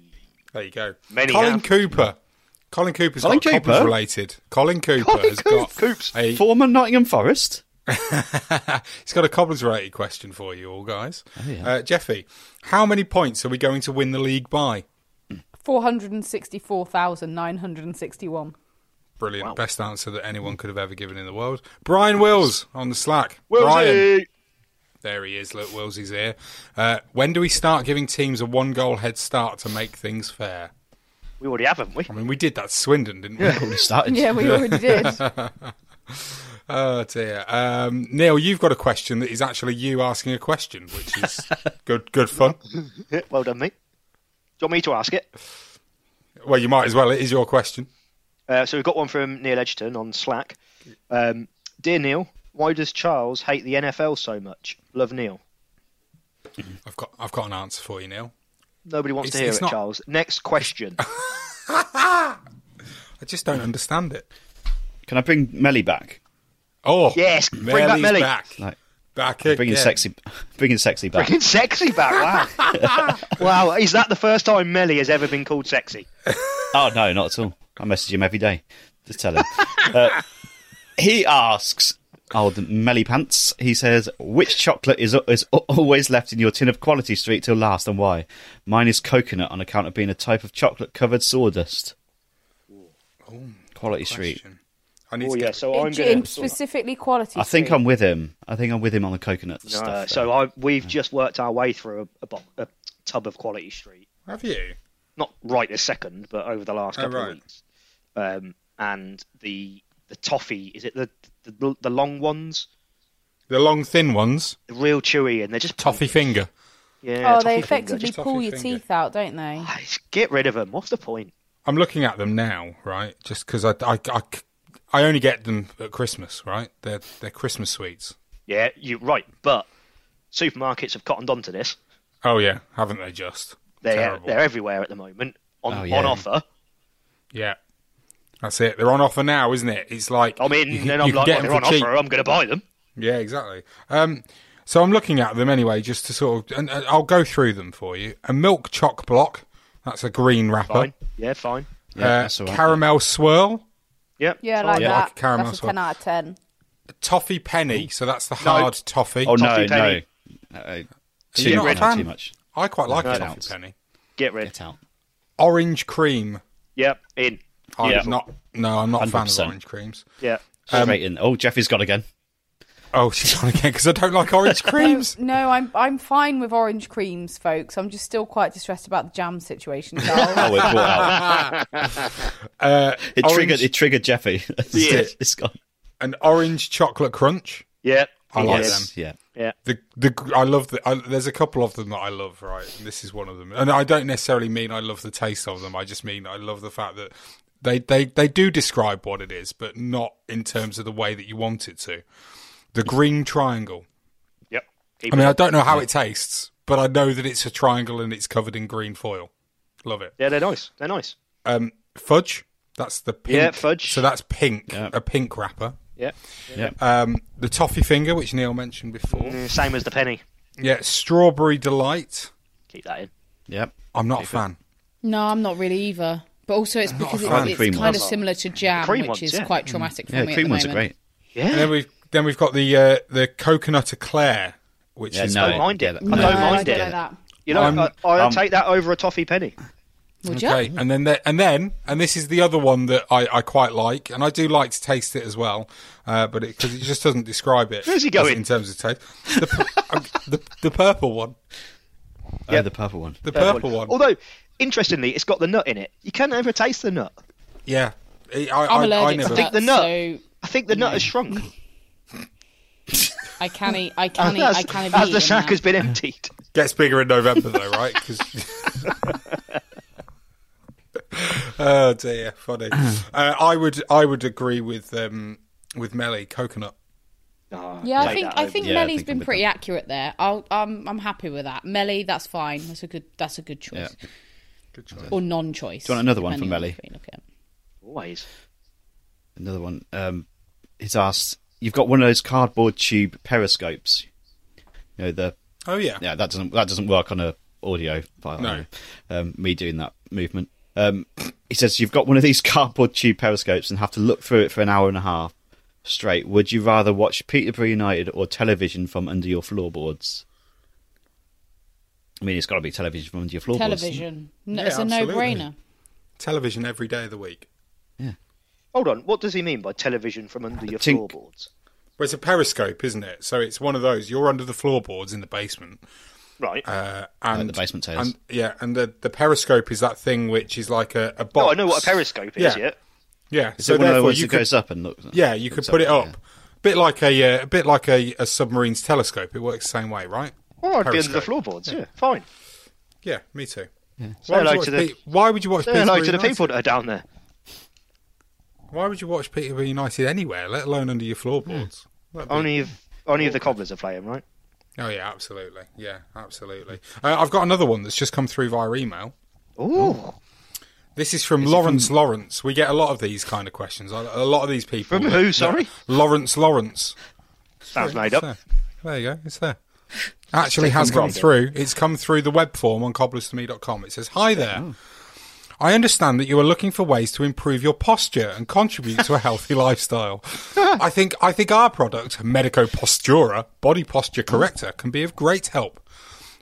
S7: there you go.
S5: Many
S7: Colin
S5: have.
S7: Cooper. Colin Cooper's
S1: Colin
S7: got Cooper? Coppers related. Colin Cooper
S1: Colin
S7: has got
S1: Coops. a former Nottingham Forest.
S7: He's got a Cobblers related question for you all, guys.
S1: Oh, yeah.
S7: uh, Jeffy, how many points are we going to win the league by?
S6: 464,961.
S7: Brilliant. Wow. Best answer that anyone could have ever given in the world. Brian Wills on the Slack.
S5: Willsy!
S7: Brian. There he is. Look, Willsy's here. Uh, when do we start giving teams a one goal head start to make things fair?
S5: We already have, haven't we? I
S7: mean, we did that Swindon, didn't we?
S1: Yeah, we started.
S6: yeah, we already did.
S7: oh dear, um, Neil, you've got a question that is actually you asking a question, which is good, good fun.
S5: well done, mate. Do you want me to ask it?
S7: Well, you might as well. It is your question.
S5: Uh, so we've got one from Neil Edgerton on Slack. Um, Dear Neil, why does Charles hate the NFL so much? Love Neil.
S7: I've got, I've got an answer for you, Neil.
S5: Nobody wants it's, to hear it, not... Charles. Next question.
S7: I just don't understand it.
S1: Can I bring Melly back?
S7: Oh
S5: yes, bring back Melly.
S7: back. Like, back again.
S1: Bringing sexy, bringing sexy back.
S5: Bringing sexy back. Wow. wow. Is that the first time Melly has ever been called sexy?
S1: oh no, not at all. I message him every day. Just tell him. Uh, he asks, "Oh, the Melly Pants." He says, "Which chocolate is is always left in your tin of Quality Street till last, and why? Mine is coconut on account of being a type of chocolate covered sawdust."
S7: Oh,
S1: Quality Street.
S7: I need
S5: Oh
S7: to
S5: yeah,
S7: get...
S5: so
S6: In-
S5: I'm going
S6: in specifically quality.
S1: I think
S6: Street.
S1: I'm with him. I think I'm with him on the coconut
S5: No,
S7: Uh,
S1: stuff.
S5: uh, so I, we've just worked our way through a, a, bo- a tub of Quality Street,
S7: Have you?
S5: not right this second, but over the last
S7: Oh,
S5: couple
S7: right.
S5: of weeks. Um, and the the toffee is it the, the the long ones,
S7: The long, thin ones.
S5: the real chewy, and they're just
S7: Toffee finger.
S5: Yeah,
S6: Oh, they
S5: toffee finger.
S6: effectively
S7: Toffee
S6: pull your
S7: finger.
S6: teeth out, don't they?
S5: Just get rid of them. What's the point?
S7: I'm looking at them now, right? Just because I, I, I c- I only get them at Christmas, right? They're they're Christmas sweets.
S5: Yeah, you're right, but supermarkets have cottoned onto this.
S7: Oh yeah, haven't they just?
S5: They're
S7: Terrible.
S5: they're everywhere at the moment on
S1: Oh, yeah.
S5: on offer.
S7: Yeah, that's it. They're on offer now, isn't it? It's like
S5: I'm in,
S7: you can-
S5: and
S7: you
S5: I'm
S7: can
S5: like,
S7: get
S5: well,
S7: them
S5: they're on
S7: for cheap.
S5: offer. I'm going to buy them.
S7: Yeah, exactly. Um, so I'm looking at them anyway, just to sort of, and, and I'll go through them for you. A milk choc block. That's a green wrapper.
S5: Fine. Yeah, fine.
S1: Yeah,
S7: Uh,
S1: that's all right.
S7: caramel swirl.
S5: Yep.
S6: Yeah, I
S5: fine.
S6: like
S1: Yeah.
S6: that.
S7: Like a caramel
S6: That's a
S7: swirl.
S6: ten out of ten.
S7: Toffee penny. So that's the hard toffee.
S1: oh no,
S5: Toffee
S1: no,
S5: penny.
S1: no,
S7: You're
S1: too,
S7: not a
S1: much,
S7: fan?
S1: too much.
S7: I quite like
S1: Get
S7: a toffee
S1: out.
S7: penny.
S5: Get rid.
S1: Get out.
S7: Orange cream.
S5: Yep. In.
S7: I'm
S5: Yeah.
S7: not. No, I'm not a fan of
S1: 100%.
S7: orange creams.
S5: Yeah.
S7: Um,
S1: Straight in. Oh, Jeffy's gone again.
S7: Oh, she's on again because I don't like orange creams.
S6: No, I'm I'm fine with orange creams, folks. I'm just still quite distressed about the jam situation.
S1: Oh,
S6: Charles.
S1: it brought out.
S7: Uh,
S1: It
S7: orange-
S1: triggered. It triggered Jeffy.
S5: Yeah.
S1: it's gone.
S7: an orange chocolate crunch.
S5: Yeah.
S7: I like
S5: Yes.
S7: them.
S1: Yeah.
S7: The the gr- I love the. I, there's a couple of them that I love, right? And this is one of them, and I don't necessarily mean I love the taste of them. I just mean I love the fact that they they they do describe what it is, but not in terms of the way that you want it to. The green triangle.
S5: Yep. Keep
S7: I mean,
S5: it.
S7: I don't know how it tastes, but I know that it's a triangle and it's covered in green foil. Love it.
S5: yeah, they're nice. They're nice.
S7: Um, fudge. That's the pink.
S5: Yeah, fudge.
S7: So that's pink.
S1: Yeah.
S7: A pink wrapper.
S5: Yeah.
S7: Um, the toffee finger, which Neil mentioned before.
S5: Mm, same as the penny.
S7: Yeah, strawberry delight.
S5: Keep that in.
S1: Yep.
S7: I'm not a fan.
S8: No, I'm not really either. But also, it's because
S7: fan of
S8: it's,
S1: cream
S8: it's kind
S1: ones.
S8: of similar to jam,
S5: Cream
S8: which
S5: ones,
S8: is
S5: yeah.
S8: quite traumatic for
S1: Yeah,
S8: me.
S1: cream
S8: at the
S1: ones are
S8: moment.
S1: great.
S7: And then
S5: Yeah.
S7: we've then we've got the uh, the coconut eclair, which
S1: Yeah,
S7: is
S1: no.
S5: Don't mind it.
S1: Yeah,
S5: I
S1: that-
S5: don't
S1: No,
S6: No, I
S5: mind
S6: don't
S5: it.
S6: like that.
S5: You know,
S7: I'm-
S5: I, I'll
S1: I'm-
S5: take that over a toffee penny.
S8: Would you?
S7: okay. And then there, and then and this is the other one that I, I quite like, and I do like to taste it as well, uh, but because it, just doesn't describe it.
S5: Where's he
S7: does it,
S5: going?
S7: in terms of taste? The, pu- um, the, the purple one,
S1: Oh, the purple one.
S7: the
S5: Third
S7: purple one.
S5: Although, interestingly, it's got the nut in it. You can't ever taste the nut.
S7: yeah, I, I,
S8: I'm
S7: I- I
S8: allergic
S7: never.
S8: to
S5: think
S8: nuts,
S5: the nut-
S8: so
S5: I think the nut has shrunk.
S8: I can eat. I can eat.
S5: as
S8: I can eat.
S5: as the sack has been emptied.
S7: Gets bigger in November though, right? 'Cause- oh dear, funny. Uh, I would I would agree with um, with Melly coconut.
S8: Yeah, I
S5: Take
S8: think
S5: that
S8: I
S5: over.
S8: think
S1: Yeah, I
S8: Melly's
S1: think I'm
S8: been
S1: with
S8: pretty accurate there. I'll, I'm I'm happy with that. Melly, that's fine. That's a good. That's a good choice.
S1: Yeah.
S7: Good choice.
S8: Or non-choice.
S1: Do you want another one for
S8: depending on
S1: Melly?
S8: what you look at.
S5: Always.
S1: Another one. Um, he's asked. You've got one of those cardboard tube periscopes. You know the
S7: Oh yeah.
S1: yeah that doesn't that doesn't work on a audio file.
S7: No.
S1: Um, me doing that movement. Um, he says you've got one of these cardboard tube periscopes and have to look through it for an hour and a half straight. Would you rather watch Peterborough United or television from under your floorboards? I mean, it's got to be television from under your floorboards.
S8: Television. No,
S7: Yeah,
S8: it's a
S7: absolutely.
S8: no-brainer.
S7: Television every day of the week.
S5: Hold on. What does he mean by television from under your
S1: Tink.
S5: floorboards?
S7: Well, it's a periscope, isn't it? So it's one of those. You're under the floorboards in the basement,
S5: Right.
S7: uh, and
S1: the basement terrace.
S7: and- yeah, and the the periscope is that thing which is like a, a box.
S5: no, Oh, I know what a periscope is. Yeah.
S7: Yeah, yeah.
S1: Is
S7: so
S1: it one of the
S7: therefore,
S1: ones
S7: you
S1: that
S7: could
S1: goes up and looks?
S7: yeah, you could
S1: looks
S7: put it up,
S1: yeah.
S7: bit like a uh, a bit like a, a submarine's telescope. It works the same way, right?
S5: Or Oh, I'd be under the
S7: Periscope.
S5: floorboards. Yeah. Fine.
S7: Yeah, me too.
S5: Say
S7: Why would,
S5: hello
S7: you watch
S5: to the,
S7: Pe- why would you watch
S5: say hello
S7: Peterborough
S5: to the
S7: United?
S5: people that are down there.
S7: Why would you watch Peterborough United anywhere, let alone under your floorboards? That'd be-
S5: Only if only if the cobblers are playing, right?
S1: Hmm.
S7: Oh yeah, absolutely. Yeah, absolutely. Uh, I've got another one that's just come through via email.
S5: Ooh.
S7: This is from Lawrence Lawrence. We get a lot of these kind of questions. A a lot of these people.
S5: From
S7: that-
S5: who,
S7: that-
S5: sorry?
S7: Lawrence Lawrence.
S5: Sounds made up.
S7: So- There you go. It's there. Actually, has come through. It's come through the web form on cobblers2me.com. It says, "Hi there. I understand that you are looking for ways to improve your posture and contribute to a healthy lifestyle. I think I think our product, Medico Postura Body Posture Corrector, can be of great help.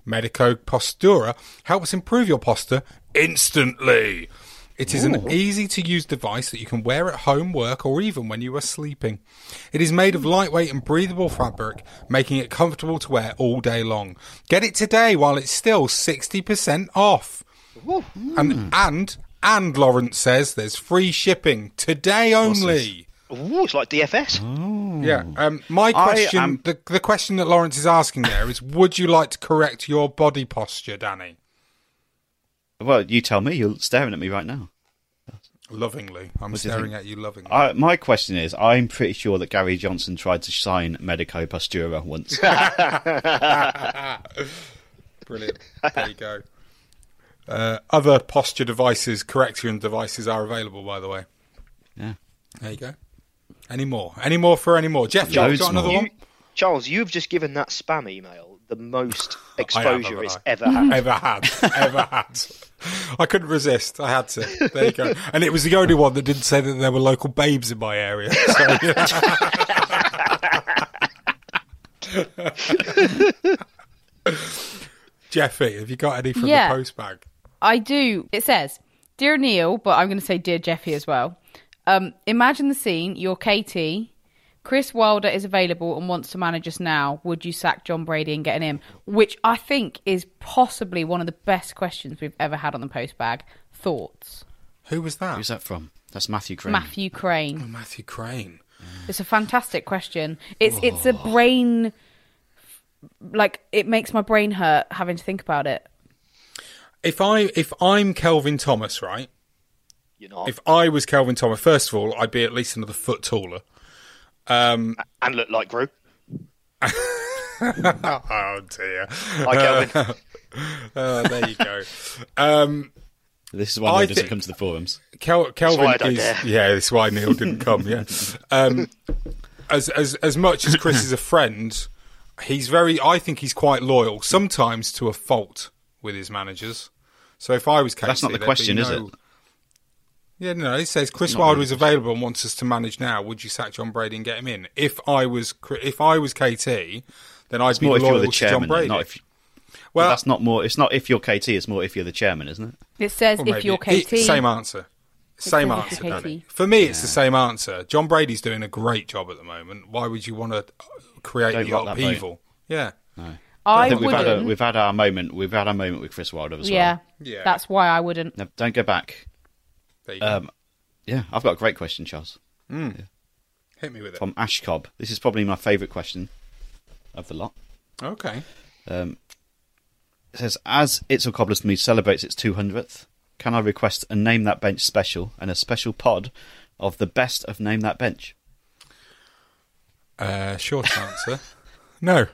S7: Medico Postura helps improve your posture instantly. It is an easy to use device that you can wear at home, work, or even when you are sleeping. It is made of lightweight and breathable fabric, making it comfortable to wear all day long. Get it today while it's still 60% off. And and and Lawrence says there's free shipping today only.
S5: Ooh, it's like DFS.
S7: Yeah. Um, my
S1: Hmm. I
S7: question,
S1: am-
S7: the, the question that Lawrence is asking there is, would you like to correct your body posture, Danny?
S1: Well, you tell me. You're staring at me right now.
S7: Lovingly, I'm
S1: What do you
S7: staring
S1: think?
S7: at you lovingly.
S1: I, my question is, I'm pretty sure that Gary Johnson tried to sign Medico Postura once.
S7: Brilliant. There you go. Uh, other posture devices, correction devices are available, by the way.
S1: Yeah.
S7: There you go. Any more? Any more for any more? Jeff, you
S1: Loads
S7: got another
S1: more.
S7: one?
S5: Charles, you've just given that spam email the most
S7: I have,
S5: exposure
S7: haven't
S5: it's
S7: I?
S5: ever had.
S7: Ever had. Ever had. I couldn't resist. I had to. There you go. And it was the only one that didn't say that there were local babes in my area. So, Jeffy, have you got any from
S8: Yeah.
S7: the post bag?
S8: I do. It says, Dear Neil, but I'm going to say Dear Jeffy as well. Um, imagine the scene. You're Katie. Chris Wilder is available and wants to manage us now. Would you sack John Brady and get him? Which I think is possibly one of the best questions we've ever had on the post bag. Thoughts?
S7: Who was that?
S1: Who's that from? That's Matthew Crane.
S8: Matthew Crane.
S7: Oh, Matthew Crane.
S8: It's a fantastic question. It's it's a brain like it makes my brain hurt having to think about it.
S7: If I if I'm Kelvin Thomas, right?
S5: You're not.
S7: If I was Kelvin Thomas, first of all, I'd be at least another foot taller.
S5: And look like Gru.
S7: Oh dear.
S5: Hi, Kelvin.
S7: Oh, there you go. um,
S1: This is why
S7: I
S1: Neil doesn't
S7: think-
S1: come to the forums.
S7: Kel-
S5: why
S7: Kelvin
S5: I don't
S7: is
S5: dare.
S7: yeah. That's why Neil didn't come. Yeah. Um, as as as much as Chris is a friend, he's very. I think he's quite loyal. Sometimes to a fault with his managers. So if I was Casey,
S1: That's not the
S7: there'd be
S1: question, is
S7: no-
S1: it?
S7: Yeah, no. It says Chris
S1: not
S7: Wilder
S1: really
S7: is available and wants us to manage now. Would you sack John Brady and get him in? If I was Cri- if I was KT, then I'd be
S1: More if
S7: loyal
S1: you're the
S7: to John
S1: chairman,
S7: Brady.
S1: not if.
S7: well,
S1: that's not more. It's not if you're KT. It's more if you're the chairman, isn't it?
S8: It says
S7: Or
S8: if
S7: maybe-
S8: you're KT.
S7: it- same answer. Same
S8: says if
S7: answer,
S8: you're
S7: Danny.
S8: KT.
S7: For me, it's the same answer. John Brady's doing a great job at the moment. Why would you want to create
S1: Don't
S7: the
S1: rock that boat.
S7: upheaval? Yeah.
S8: I
S1: think we've had, a,
S8: wouldn't.
S1: we've had our moment. We've had our moment with Chris Wilder as
S8: yeah.
S1: well.
S7: Yeah.
S8: That's why I wouldn't.
S1: No, don't go back.
S7: There you go.
S1: Um, yeah, I've got a great question, Charles,
S7: Hit me with it.
S1: from Ash Cobb. This is probably my favourite question of the lot.
S7: Okay.
S1: Um, it says, as It's All Cobblers to Me celebrates its 200th, can I request a Name That Bench special and a special pod of the best of Name That Bench?
S7: Uh, short answer. no.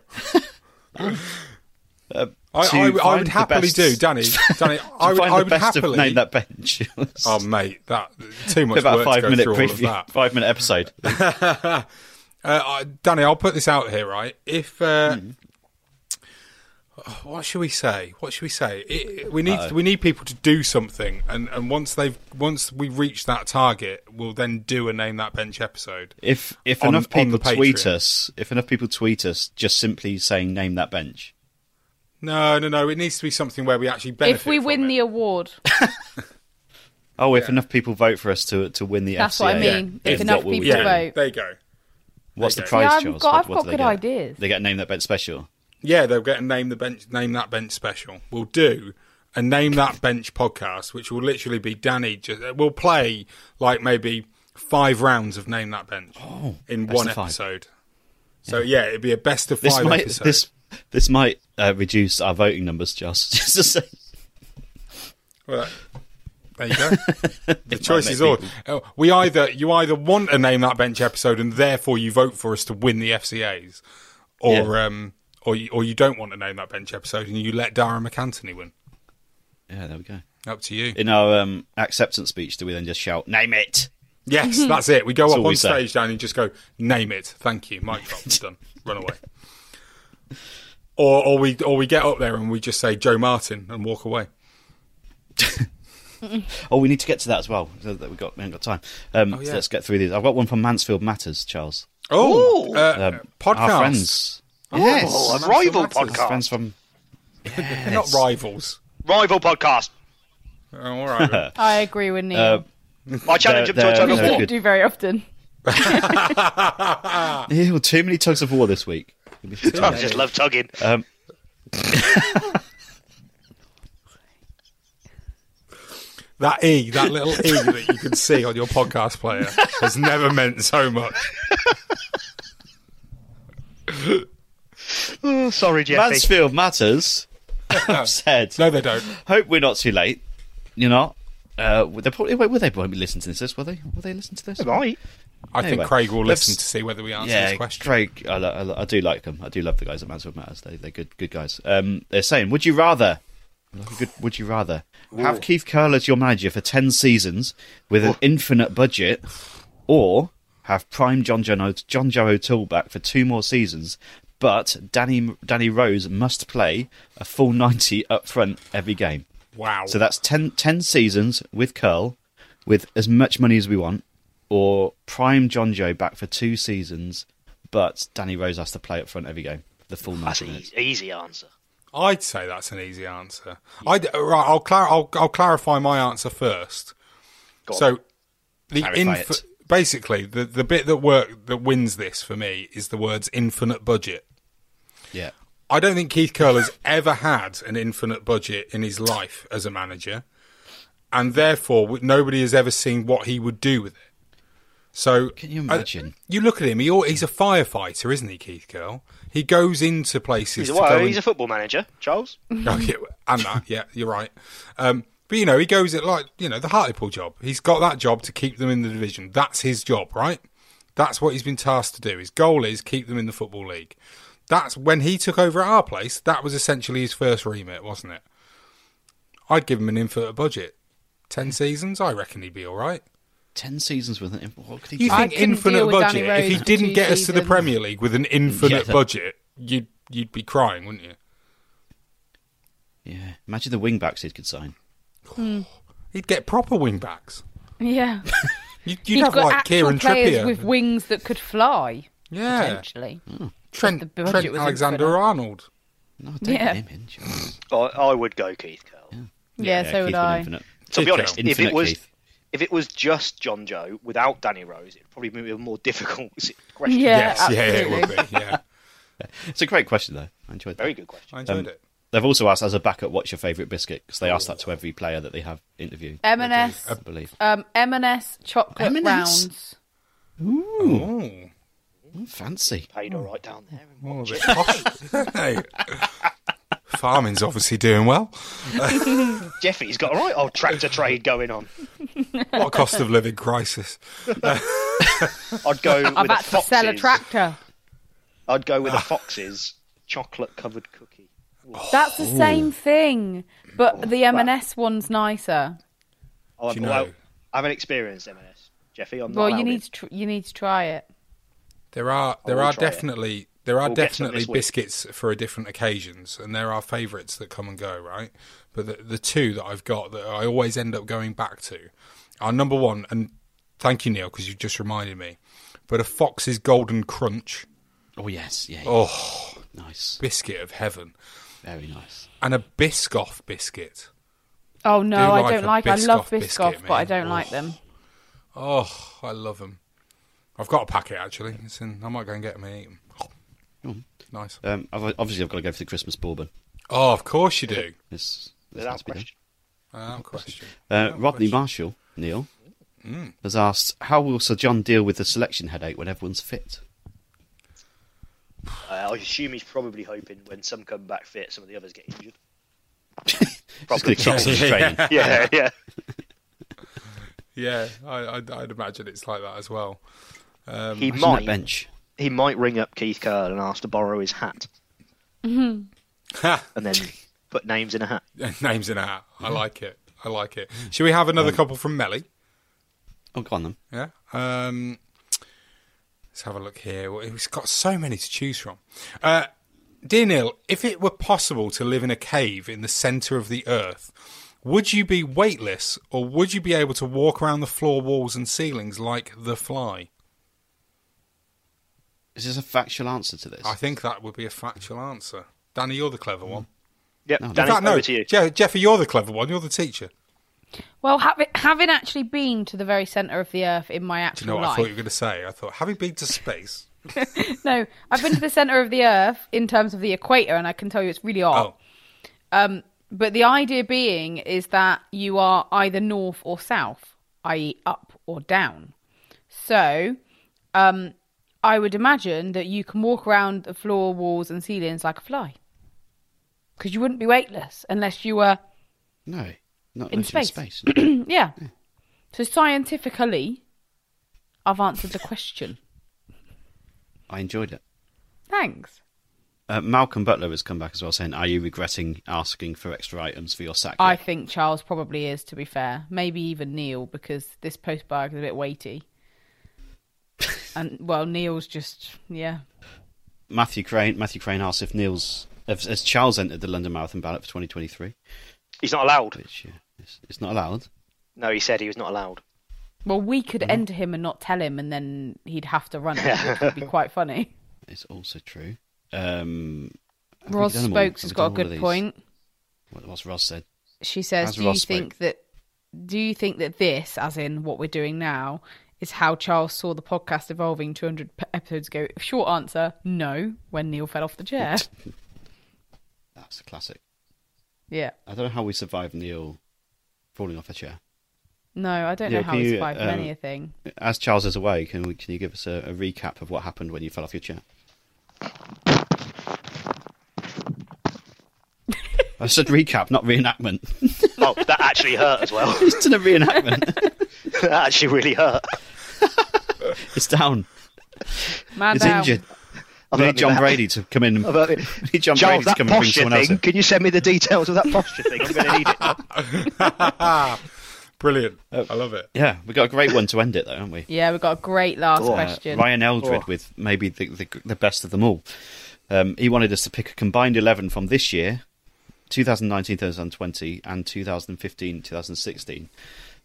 S7: I,
S1: to
S7: I, would- I
S1: find
S7: would
S1: the
S7: happily
S1: best-
S7: do, Danny. Danny,
S1: To
S7: I would,
S1: find
S7: I
S1: the
S7: would
S1: best
S7: happily.
S1: of Name That Bench.
S7: Oh, mate, that too much
S1: about
S7: work
S1: a five
S7: to go
S1: minute
S7: through all of
S1: preview,
S7: that.
S1: five minute episode.
S7: Uh, I- Danny, I'll put this out here, right? If uh, what should we say? What should we say? I we need we need people to do something, and, and once they've once we reach that target, we'll then do a name that bench episode.
S1: If if
S7: On-
S1: enough
S7: on the
S1: people tweet
S7: Patreon.
S1: us, if enough people tweet us, just simply saying name that bench.
S7: No, no, no. It needs to be something where we actually benefit.
S8: If we
S7: from
S8: win
S7: it.
S8: the award,
S1: Oh, if enough people vote for us to to win the
S8: that's
S1: FCA,
S8: what I mean.
S1: Yeah.
S8: If
S1: is
S8: enough
S1: what we
S8: people
S1: would do.
S7: yeah,
S8: vote.
S7: there you go.
S1: what's the
S7: Yeah,
S1: prize,
S8: I've
S1: Charles?
S8: got-
S1: What-
S8: I've
S1: what
S8: got
S1: do they
S8: good
S1: get?
S8: ideas.
S1: They get name that bench special.
S7: Yeah, they'll get a name the bench name that bench special. We'll do a name that bench podcast, which will literally be Danny. Just uh, we'll play like maybe five rounds of name that bench in
S1: Oh, best
S7: one
S1: of five.
S7: episode. So yeah, it'd be a best of
S1: This
S7: five
S1: might
S7: episode.
S1: this this might uh, reduce our voting numbers, Charles. Just to say,
S7: Well, there you go. the choice
S1: make
S7: is odd.
S1: people-
S7: Oh, We either you either want a name that bench episode, and therefore you vote for us to win the FCA's, or
S1: Yeah.
S7: um, or you, or you don't want a name that bench episode, and you let Dara McAntony win.
S1: yeah, there we go.
S7: Up to you.
S1: In our um, acceptance speech, do we then just shout name it?
S7: Yes, that's it. We go
S1: Mm-hmm. That's
S7: up
S1: all
S7: on
S1: we say.
S7: stage, Dan, and just go, name it. Thank you. Mic drop. Done. Run away. Or, or we or we get up there and we just say Joe Martin and walk away.
S1: oh, we need to get to that as well. So that we got we haven't got time. Um,
S7: Oh, yeah.
S1: so let's get through these. I've got one from Mansfield Matters, Charles.
S7: Oh, uh,
S1: Our
S7: podcasts.
S1: friends.
S7: Oh,
S1: yes,
S7: Mansfield Rival Matters.
S1: Our Friends from
S7: They're not rivals.
S5: Rival podcast.
S7: Oh, all right. then.
S8: I agree with Neil.
S1: Uh,
S5: I challenge him to a
S1: they're-
S5: tug
S8: Which
S5: of
S1: they're
S8: we
S5: war.
S8: don't do very often.
S1: Ew, too many tugs of war this week.
S5: I just love tugging.
S1: Um,
S7: That E, that little E that you can see on your podcast player has never meant so much.
S5: Oh, sorry, Jeffy.
S1: Mansfield Matters have said,
S7: No, they don't.
S1: hope we're not too late. You're not. Uh, they probably wait, will they probably listen to this? Will they? Will they listen to this?
S5: Right.
S7: I
S1: Anyway,
S7: think Craig will
S1: let's-
S7: listen to see whether we answer
S1: Yeah,
S7: this question.
S1: Craig, I, lo- I, lo- I do like them. I do love the guys at Mansfield Matters. They, they're good, good guys. Um, they're saying, would you rather? I like a Good, would you rather have Keith Curl as your manager for ten seasons with an infinite budget, or have prime John Joe, O- John Joe O'Toole back for two more seasons, but Danny Danny Rose must play a full ninety up front every game?
S7: Wow.
S1: So that's 10, 10 seasons with Curl, with as much money as we want, or prime John Joe back for two seasons, but Danny Rose has to play up front every game, the full
S5: That's
S1: 90
S5: an
S1: minutes.
S5: easy, easy answer.
S7: I'd say that's an easy answer. I'd, uh, right, I'll, clar- I'll, I'll clarify my answer first.
S5: Go on.
S7: So, the
S1: Clarify
S7: inf-
S1: it.
S7: basically the, the bit that work that wins this for me is the words infinite budget.
S1: Yeah.
S7: I don't think Keith Curl has ever had an infinite budget in his life as a manager, and therefore w- nobody has ever seen what he would do with it. So uh,
S1: Can you imagine?
S7: you look at him; he, al- he's a firefighter, isn't he, Keith Curl? He goes into
S5: He's
S7: places.
S5: a,
S7: to go
S5: well,
S7: and-
S5: he's a football manager, Charles.
S7: Oh, yeah, and that, yeah, you're right. Um, but you know, he goes at like you know the Hartlepool job. He's got that job to keep them in the division. That's his job, right? That's what he's been tasked to do. His goal is keep them in the football league. That's when he took over at our place. That was essentially his first remit, wasn't it? I'd give him an infinite budget, ten seasons. I reckon he'd be all right.
S1: 10 seasons with an. What could he
S7: You
S1: do?
S6: I
S7: think
S6: couldn't
S7: infinite
S6: deal with Danny
S7: budget?
S6: Rose
S7: If he
S6: for
S7: didn't
S6: two
S7: get us to the
S6: seasons.
S7: Premier League with an infinite
S1: that-
S7: budget, you'd you'd be crying, wouldn't you?
S1: Yeah. Imagine the wing backs he could sign.
S7: He'd get proper wing backs.
S8: Yeah.
S7: You- You'd,
S6: You've
S7: have
S6: got
S7: like
S6: actual
S7: Kieran
S6: players
S7: Trippier.
S6: with wings that could fly,
S7: yeah. Mm.
S6: potentially.
S7: Trent,
S6: the budget
S7: Trent
S6: was
S7: Alexander
S6: infinite.
S7: Arnold.
S1: No, don't
S8: Yeah.
S1: yeah. him in. sure.
S5: I, I would go Keith Curl.
S8: Yeah, so
S1: Keith
S8: would
S1: with
S8: I.
S1: Infinite,
S5: To be
S7: Keith
S5: honest,
S7: Curl.
S5: if it
S1: infinite
S5: was
S1: Keith.
S5: if it was just John Joe without Danny Rose, it'd probably be a more difficult question.
S8: Yeah, uh,
S7: yes, yeah, it
S8: absolutely.
S7: would be. Yeah,
S1: It's a great question, though. I enjoyed that.
S5: Very good question.
S7: I enjoyed
S1: Um,
S7: it.
S1: They've also asked, as a backup, what's your favourite biscuit? Because they asked that to every player that they have interviewed.
S6: M&S,
S1: I believe.
S6: um, M&S chocolate
S1: M&S?
S6: rounds.
S7: Ooh,
S1: Hmm, Fancy.
S5: Paid all right down there.
S7: all a bit posh. hey. Farming's obviously doing well.
S5: Jeffy's got all right old tractor trade going on.
S7: What a cost of living crisis?
S5: I'd go with
S6: I've
S5: a
S6: had to sell a
S5: Fox's-
S6: tractor.
S5: I'd go with a Fox's chocolate covered cookie.
S8: That's the same thing, but the M&S one's nicer.
S5: Oh,
S7: Do you know?
S5: well, I haven't experienced M&S, Jeffy. I'm not
S8: Well,
S5: allowed
S8: you need
S5: it.
S8: to tr- you need to try it.
S7: There are there
S5: will
S7: are
S5: try it.
S7: definitely there are
S5: We'll get some
S7: definitely
S5: this week.
S7: biscuits for different occasions, and there are favourites that come and go, right? But the, the two that I've got that I always end up going back to are number one, and thank you Neil because you just reminded me. But a Fox's Golden Crunch
S1: Oh, yes. Yeah.
S7: Oh.
S1: Nice.
S7: biscuit of heaven,
S1: Very nice.
S7: and a Biscoff biscuit.
S8: Oh no,
S7: Do
S8: I
S7: like
S8: don't
S7: a
S8: like. I love
S7: Biscoff biscuit,
S8: Biscoff, but I
S7: man.
S8: don't
S7: Oh.
S8: like them.
S7: Oh, I love them. I've got a packet actually. It's in, I might go and get them and eat them. Nice.
S1: Um, I've, obviously, I've got to go for the Christmas bourbon.
S7: Oh, of course you do.
S1: This, this has
S5: Without
S1: to be done.
S5: question.
S7: Uh, question.
S1: Uh, Rodney Marshall, Neil,
S7: Mm.
S1: has asked, how will Sir John deal with the selection headache when everyone's fit?
S5: Uh, I assume he's probably hoping when some come back fit, some of the others get injured.
S1: Just going to kick some training.
S5: yeah, yeah.
S7: Yeah, I, I'd, I'd imagine it's like that as well.
S5: He
S1: Imagine that
S5: might
S1: bench.
S5: he might ring up Keith Curl and ask to borrow his hat,
S7: Ha!
S5: and then put names in a hat.
S7: Names in a hat. I like it. I like it. Should we have another couple from Melly?
S1: Oh, go on then.
S7: Yeah. Um, let's have a look here. Well, He's got so many to choose from. Uh, Dear Neil, if it were possible to live in a cave in the centre of the earth, would you be weightless or would you be able to walk around the floor walls and ceilings like the fly?
S1: Is this a factual answer to this?
S7: I think that would be a factual answer. Danny, you're the clever one.
S5: Yep, no, Danny, fact, no, over to you.
S7: Je- Jeffy, you're the clever one. You're the teacher.
S6: Well, having, having actually been to the very centre of the earth in my
S7: Do
S6: actual
S7: you know what
S6: life,
S7: I thought you were going to say? I thought, having been to space.
S6: no, I've been to the center of the earth in terms of the equator, and I can tell you it's really hot. Oh. Um, but the idea being is that you are either north or south, i.e., up or down. So, um, I would imagine that you can walk around the floor, walls, and ceilings like a fly, because you wouldn't be weightless unless you were
S1: No, not
S6: in
S1: unless you're
S6: space.
S1: in space.
S6: yeah. So scientifically, I've answered the question.
S1: I enjoyed it.
S6: Thanks.
S1: Uh, Malcolm Butler has come back as well, saying, "Are you regretting asking for extra items for your sack?"
S6: I
S1: yet?"
S6: think Charles probably is, to be fair. Maybe even Neil, because this post bag is a bit weighty. and well, Neil's just yeah.
S1: Matthew Crane. Matthew Crane asks if Neil's if, has Charles entered the London Marathon ballot for 2023,
S5: He's not allowed.
S1: which uh, is, is not allowed.
S5: No, he said he was not allowed.
S6: Well, we
S1: Mm.
S6: could enter him and not tell him, and then he'd have to run it, which would be quite funny.
S1: It's also true. Um, have we
S6: Roz
S1: done them all?
S6: Spokes
S1: Have
S6: has
S1: we
S6: got a
S1: done all of
S6: good
S1: these?
S6: point.
S1: What, what's Roz said?
S6: She says,
S1: How's
S6: "Do you
S1: Ross spoke?
S6: think that? Do you think that this, as in what we're doing now, is how Charles saw the podcast evolving 200 p- episodes ago?" Short answer: No. When Neil fell off the chair.
S1: That's a classic.
S6: yeah.
S1: I don't know how we survived Neil falling off a chair.
S6: No, I don't
S1: Yeah,
S6: know how
S1: can
S6: we
S1: you,
S6: survived
S1: um,
S6: anything.
S1: As Charles is away, can we, can you give us a, a recap of what happened when you fell off your chair? I said recap, not reenactment.
S5: Oh, that actually hurt as well.
S1: He's done a reenactment.
S5: that actually really hurt.
S1: it's down.
S6: Man
S1: it's
S6: down.
S1: injured.
S5: I've
S1: We
S5: hurt
S1: need
S5: me
S1: John
S5: back.
S1: Brady to come in.
S5: I've hurt
S1: We
S5: me.
S1: need John Brady to
S5: Charles, that
S1: come and bring
S5: posture
S1: someone else.
S5: thing.
S1: in.
S5: Can you send me the details of that posture thing? I'm going to need it. now.
S7: Brilliant.
S5: Oh.
S7: I love it.
S1: Yeah, we got a great one to end it though, haven't we?
S6: Yeah, we got a great last
S1: Uh,
S6: question.
S1: Ryan Eldred with maybe the, the the best of them all. Um, he wanted us to pick a combined eleven from this year, 2019, 2020, and 2015, 2016.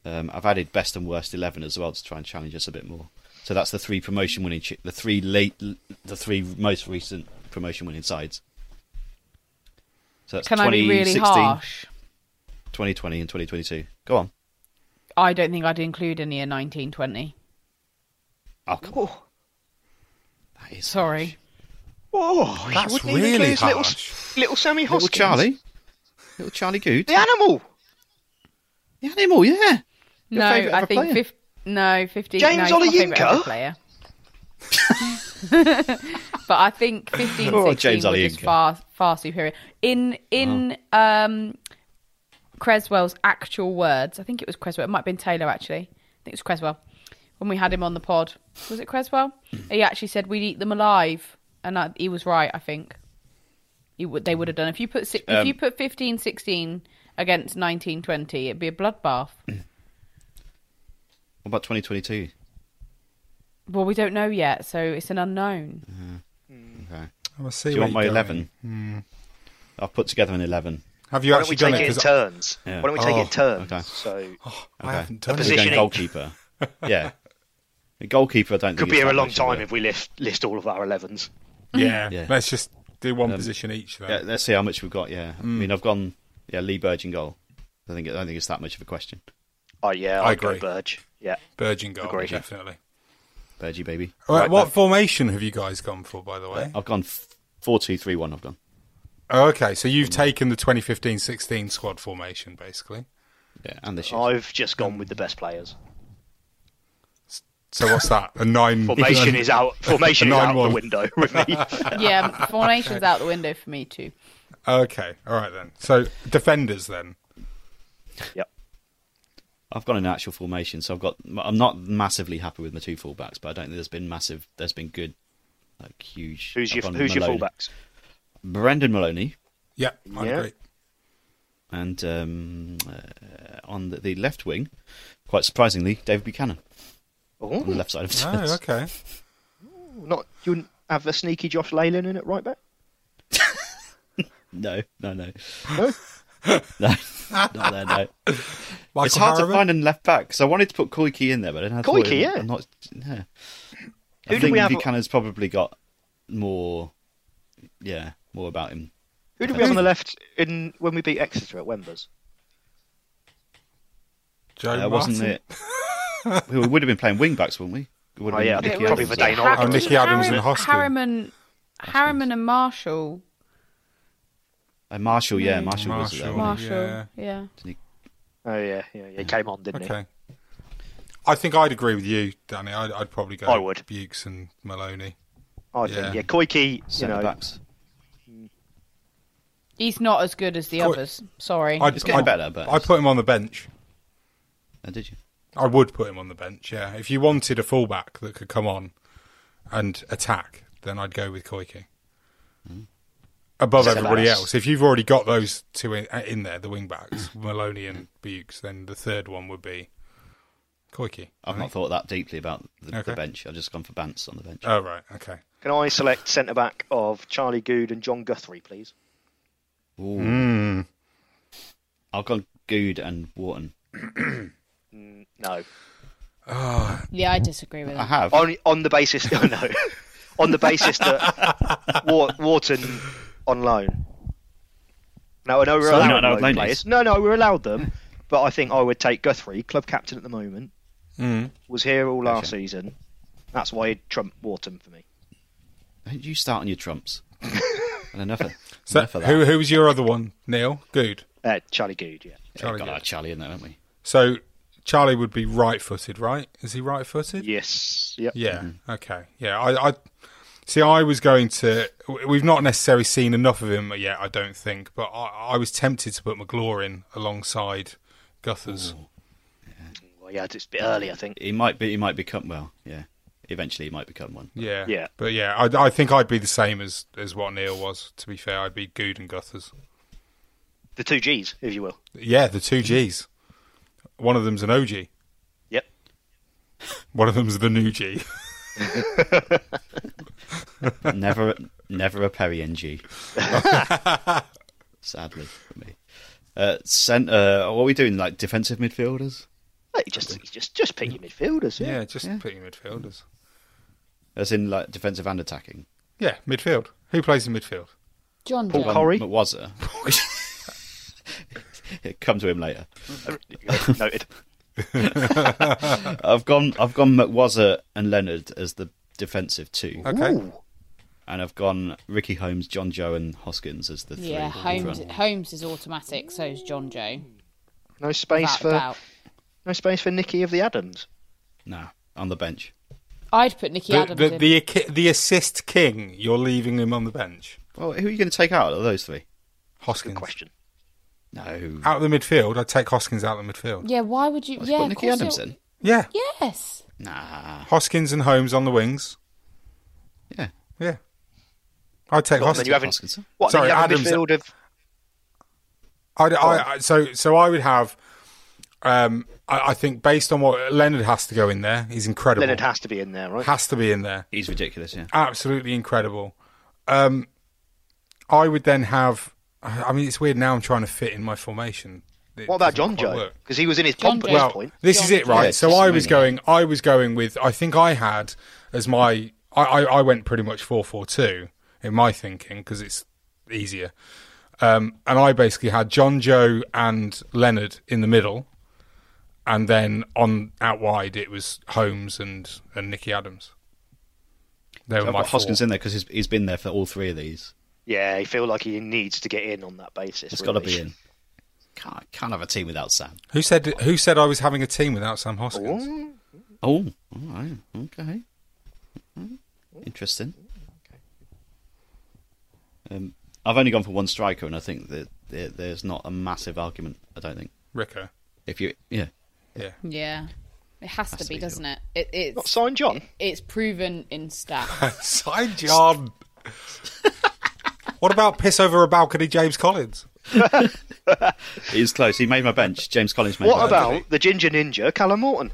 S1: Um, I've added best and worst eleven as well to try and challenge us a bit more. So that's the three promotion winning, chi- the three late, the three most recent promotion winning sides. So that's
S6: Can I be
S1: 2016,
S6: really harsh?
S1: 2020, and 2022. Go on.
S6: I don't think I'd include any in 1920.
S1: Oh, come on. That is harsh.
S6: Sorry.
S5: Oh,
S7: That's
S5: you wouldn't even
S7: really
S5: lose little,
S7: harsh.
S5: little Sammy Hoskins.
S1: Little Charlie. Little Charlie Good.
S5: The animal.
S1: The animal, yeah. Your
S6: No,
S1: favourite
S6: I
S1: ever
S6: think
S1: player.
S6: fif- no 15.
S5: James
S6: no, he's my favourite
S5: Olayinka?
S6: ever player. but I think 15,
S1: Oh,
S6: 16
S1: James Oh.
S6: were just
S1: Olayinka.
S6: far far superior. In in um, Creswell's actual words, I think it was Creswell. It might have been Taylor actually. I think it was Creswell. When we had him on the pod, was it Creswell?
S1: Hmm.
S6: he actually said we'd eat them alive, and I, he was right. I think he would. They would have done if you put si- if
S1: Um,
S6: you put 15, 16 against 19, 20, it'd be a bloodbath.
S1: What about 2022?
S6: Well, we don't know yet, so it's an unknown.
S1: Okay.
S7: Oh, I see
S1: Do you
S7: where
S1: want my
S7: you're going. Hmm.
S1: 11? I've put together an 11.
S7: Have you
S5: Why don't
S7: actually
S5: we
S7: done
S5: take
S7: it?
S5: it in
S7: 'Cause Oh,
S5: turns?
S1: Yeah.
S5: Why don't we take it in
S1: Oh,
S5: turns?
S1: okay.
S5: So
S7: I, I haven't done
S1: We're
S7: it.
S5: position-
S1: going
S5: Positioning.
S1: goalkeeper. yeah. The goalkeeper, I don't think
S5: could be
S1: is
S5: here a
S1: that
S5: long
S1: much of
S5: time if we list list all of our 11s.
S7: Yeah.
S1: Yeah.
S7: Let's just do one
S1: Um,
S7: position each. uh, Then.
S1: Yeah, let's see how much we've got, yeah. I
S7: Hmm.
S1: mean, I've gone, yeah, Lee Burge in goal. I, think, I don't think it's that much of a question.
S5: Oh yeah,
S7: I
S5: I'd go
S7: agree.
S5: Burge. Yeah,
S7: Virgin goal,
S5: Agree.
S7: definitely.
S1: Burgey, baby.
S7: All right,
S1: Right
S7: what
S1: back.
S7: formation have you guys gone for, by the way?
S1: I've gone 4 2 3 1. I've gone.
S7: Oh, okay, so you've taken the 2015-16 squad formation, basically.
S1: Yeah, and this year.
S5: I've just gone with the best players.
S7: So what's that? A nine
S5: Formation is out. Formation is
S7: Nine
S5: out
S7: one.
S5: the window with me.
S7: Mm-hmm.
S6: yeah, formation's out the window for me too.
S7: Okay, all right then. So defenders then.
S5: yep.
S1: I've got an actual formation, so I've got. I'm not massively happy with my two fullbacks, but I don't think there's been massive. There's been good, like huge.
S5: Who's your
S1: I've gone
S5: Who's your
S1: Maloney.
S5: fullbacks?
S1: Brendan Maloney,
S7: Yeah, I
S5: Yeah.
S7: agree.
S1: and um, uh, on the, the left wing, quite surprisingly, David Buchanan
S5: Oh,
S1: on the left side of the fence.
S7: Oh, okay.
S5: not you wouldn't have a sneaky Josh Leyland in at right back.
S1: No, no, no. no, not there, no. it's hard to find in left back because I wanted to put Koike in there, but I didn't have
S5: Koike,
S1: in,
S5: yeah.
S1: I'm not, yeah.
S5: Who
S1: I
S5: do
S1: think
S5: we have-
S1: Buchanan's probably got more, yeah, more about him.
S5: Who did we have on the left in when we beat Exeter at Wembers?
S7: Joe
S1: Uh, wasn't
S7: Oh, Martin.
S1: it? we would have been playing wing backs, wouldn't we? It would have
S5: Oh,
S1: been
S5: yeah, I
S1: Nicky
S5: think probably
S1: Adams.
S5: Verdane or-
S6: Har-
S7: Oh, Nicky
S6: was it
S7: Adams and
S6: Harriman-
S7: Hoskin.
S6: Harriman, Harriman and Marshall.
S1: Uh, Marshall, yeah, Marshall, was there. wasn't
S7: Marshall.
S6: Marshall,
S7: Oh, Yeah.
S6: yeah.
S5: Oh yeah, yeah, yeah. He came on, didn't
S7: Okay. I think I'd agree with you, Danny. I'd, I'd probably go
S5: I would.
S7: Bukes and Maloney.
S5: he? I
S7: Yeah.
S5: think Oh, yeah. Koike,
S1: he?
S5: you
S1: Centre
S5: know,
S1: backs.
S6: He's not as good as the
S7: Quite-
S6: others. Sorry.
S7: I'd,
S1: It's getting
S7: I'd-
S1: better, but
S7: I'd put him on the bench.
S1: Oh, did you?
S7: I would put him on the bench, yeah. If you wanted a fullback that could come on and attack, then I'd go with Koike.
S1: Mm.
S7: Above
S5: Just
S7: everybody
S5: about-
S7: else. If you've already got those two in, uh, in there, the wing backs, Maloney and Bukes, then the third one would be Koike.
S1: I've not thought that deeply about the,
S7: Okay.
S1: the bench. I've just gone for Bance on the bench.
S7: Oh, right, okay.
S5: Can I select centre back of Charlie Good and John Guthrie, please?
S1: Ooh.
S7: Mm.
S1: I've gone Good and Wharton.
S5: Mm, no,
S6: Yeah, I disagree with
S1: I
S6: that.
S1: have.
S5: on on the basis, oh, no, on the basis that War, Wharton on loan. Now I know we're
S1: So you're
S5: allowed
S1: not allowed
S5: loan
S1: loanies?
S5: players. No, no, we're allowed them, but I think I would take Guthrie, club captain at the moment,
S7: Mm.
S5: was here all last
S1: Okay.
S5: season. That's why he'd trump Wharton for me.
S1: You start on your trumps. and enough of,
S7: So,
S1: enough of that.
S7: who, who was your other one, Neil? Good.
S5: Uh, Charlie Good, yeah.
S7: Charlie
S1: We've got
S7: Good.
S1: our Charlie in there, haven't we?
S7: So, Charlie would be right footed, right? Is he right footed?
S5: Yes. Yep.
S7: Yeah. Okay. Yeah. I, I see. I was going to. w- We've not necessarily seen enough of him yet. I don't think, but I, I was tempted to put McLaurin alongside Guthers.
S5: Well, yeah, it's a bit early, I think.
S1: He might be. He might become well. Yeah. Eventually, he might become one.
S7: Yeah.
S5: Yeah.
S7: But yeah, I, I think I'd be the same as as what Neil was. To be fair, I'd be Good and Guthers.
S5: The two G's, if you will.
S7: Yeah, the two G's. One of them's an OG.
S5: Yep.
S7: One of them's the new G.
S1: never, never a Perry NG. Sadly for me. Uh, cent, uh, what are we doing? Like defensive midfielders?
S5: Like, you just, you just, just pick your midfielders. Yeah.
S7: yeah. Just put your midfielders.
S1: As in like defensive and attacking?
S7: Yeah, midfield. Who plays in midfield?
S8: John
S5: Paul
S8: Jones.
S5: Corrie.
S1: McWazza. Come to him later.
S5: Noted.
S1: I've gone. I've gone McWazza and Leonard as the defensive two,
S7: Okay.
S5: Ooh.
S1: and I've gone Ricky Holmes, John Joe, and Hoskins as the three.
S6: Yeah,
S1: up
S6: Holmes,
S1: front.
S6: Holmes is automatic, so is John Joe.
S5: No space
S6: Without a
S5: for
S6: doubt.
S5: no space for Nicky of the Adams.
S1: No, on the bench.
S6: I'd put Nicky
S7: The,
S6: Adams
S7: the,
S6: in.
S7: the, ac- the assist king, you're leaving him on the bench.
S1: Well, who are you going to take out of those three?
S5: Good
S7: Hoskins.
S5: question.
S1: No.
S7: Out of the midfield, I'd take Hoskins out of the midfield.
S8: Yeah, why would you?
S1: Let's
S8: yeah,
S1: put
S8: of
S1: Nicky
S8: course
S1: Adams
S8: you'll-
S1: in.
S7: Yeah.
S8: Yes.
S1: Nah.
S7: Hoskins and Holmes on the wings.
S1: Yeah.
S7: Yeah. I'd take
S5: Well, then
S7: Hoskins.
S5: you haven't.
S1: Hoskins.
S5: What? then
S7: Sorry,
S5: you have
S7: Adams-
S5: a midfield of
S7: I'd, I, I, so, so I would have. Um, I, I think based on what Leonard has to go in there, he's incredible.
S5: Leonard has to be in there, right?
S7: has to be in there.
S1: He's ridiculous. Yeah.
S7: absolutely incredible. Um, I would then have. I mean, it's weird now. I'm trying to fit in my formation. It
S5: what about John
S7: doesn't quite
S5: Joe?
S7: work.
S5: Because he was in his
S6: John
S5: pomp at
S6: Joe.
S5: this
S7: Well,
S5: point.
S7: this is it, right?
S1: Yeah,
S7: so
S1: just
S7: I was
S1: amazing.
S7: going. I was going with. I think I had as my. I I, I went pretty much four four two in my thinking because it's easier. Um, and I basically had John Joe and Leonard in the middle, and then on out wide it was Holmes and and Nicky Adams. They were
S1: I've
S7: my
S1: got Hoskins
S7: four.
S1: in there because he's, he's been there for all three of these.
S5: Yeah, I feel like he needs to get in on that basis.
S1: It's got
S5: really.
S1: to be in. Can't, can't have a team without Sam.
S7: Who said who said I was having a team without Sam Hoskins?
S1: Oh, all right. Okay. Mm, Interesting. Um, I've only gone for one striker, and I think that there- there's not a massive argument. I don't think
S7: Ricker.
S1: if you yeah
S7: Yeah.
S6: yeah, it has to
S1: to
S6: be,
S1: be
S6: doesn't it? it it's,
S5: Not sign John.
S6: it's proven in stats.
S7: Side John. what about piss over a balcony, James Collins?
S1: he was close. He made my bench. James Collins made. my
S5: What
S1: bench.
S5: about the Ginger Ninja, Callum Morton?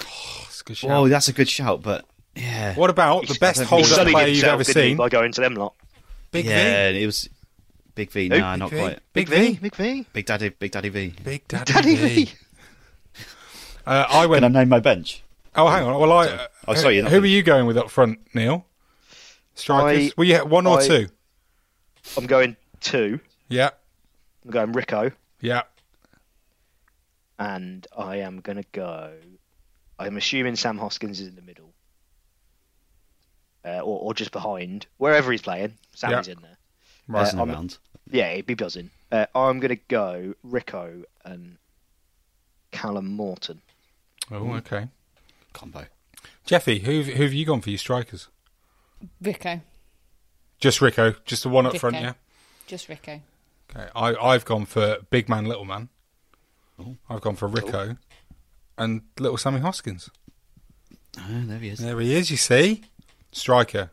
S7: That's a good shout.
S1: Whoa, Oh, that's a good shout, but yeah,
S7: what about the best
S1: He's
S7: hold
S5: he
S7: up
S5: sullied
S7: player you've
S5: himself,
S7: ever
S5: didn't he,
S7: seen?
S5: by going to them lot.
S7: Big
S1: yeah,
S7: V.
S1: it was Big V,
S5: Who?
S1: nah,
S5: Big
S1: not
S5: V?
S1: quite.
S5: Big V? Big V?
S1: Big Daddy, Big Daddy V.
S7: Big
S5: Daddy V.
S7: Uh, I went.
S1: Can I name my bench?
S7: Oh, hang on. Well, I.
S1: Oh, sorry, you're not
S7: Who are you going with up front, Neil? Strikers.
S5: I-
S7: Were you at one or
S5: I-
S7: two?
S5: I'm going two.
S7: Yeah.
S5: I'm going Rico,
S7: Yeah.
S5: and I am going to go. I'm assuming Sam Hoskins is in the middle, uh, or, or just behind, wherever he's playing. Sam
S7: Yeah.
S5: is in there.
S1: Right
S5: I'm-
S1: around.
S5: Yeah, he'd be buzzing. Uh, I'm going to go Rico and Callum Morton.
S7: Oh, okay.
S1: Combo.
S7: Jeffy, who who have you gone for your strikers?
S8: Rico.
S7: Just Rico, just the one up front,
S8: Rico.
S7: yeah.
S8: Just Rico.
S7: Okay, I I've gone for big man, little man. I've gone for Rico, and little Sammy Hoskins.
S1: Oh, there he is. Mm-hmm.
S7: There he is. You see, striker.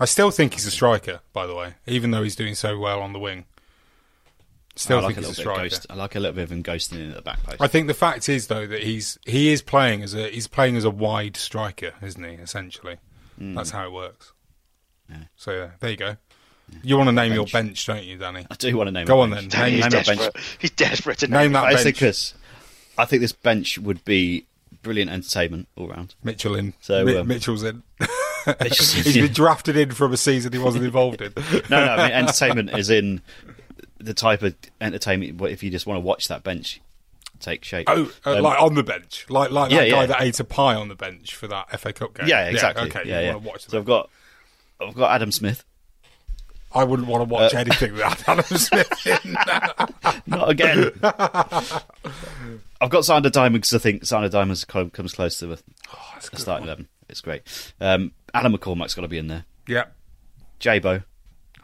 S7: I still think he's a striker, by the way, even though he's doing so well on the wing. Still
S1: I like
S7: think
S1: a
S7: he's a
S1: little bit of ghost.
S7: striker.
S1: I like a little bit of him ghosting in at the back post.
S7: I think the fact is though that he's he is playing as a he's playing as a wide striker, isn't he? Essentially, that's how it works.
S1: Mm. Yeah.
S7: So yeah, there you go. You want to name your bench, don't you, Danny?
S1: I do want to name.
S7: Go
S1: my
S7: on
S1: bench.
S7: then. Name,
S5: he's,
S7: name your bench.
S5: desperate. he's desperate to
S7: Name
S5: name,
S7: that
S1: I think
S7: bench.
S1: this. I think this bench would be brilliant entertainment all round.
S7: Mitchell in.
S1: So,
S7: Mi-
S1: um,
S7: Mitchell's in.
S1: Mitchell's in,
S7: He's
S1: yeah.
S7: been drafted in from a season he wasn't involved in.
S1: No, no. I mean, entertainment is in the type of entertainment. What if you just want to watch that bench take shape?
S7: Oh, uh,
S1: Um,
S7: like on the bench, like like that
S1: Yeah,
S7: guy
S1: yeah.
S7: that ate a pie on the bench for that FA Cup game.
S1: yeah, exactly. Yeah,
S7: okay,
S1: yeah.
S7: you want to watch
S1: so
S7: that.
S1: I've got, I've got Adam Smith.
S7: I wouldn't want to watch
S1: Uh, Oh,
S7: anything that Adam Smith. in.
S1: Not again. I've got Sander Diamond because I think Sander Diamond comes close to the the starting eleven. It's great. Um, Adam McCormack's got to be in there.
S7: yeah.
S1: Jabo,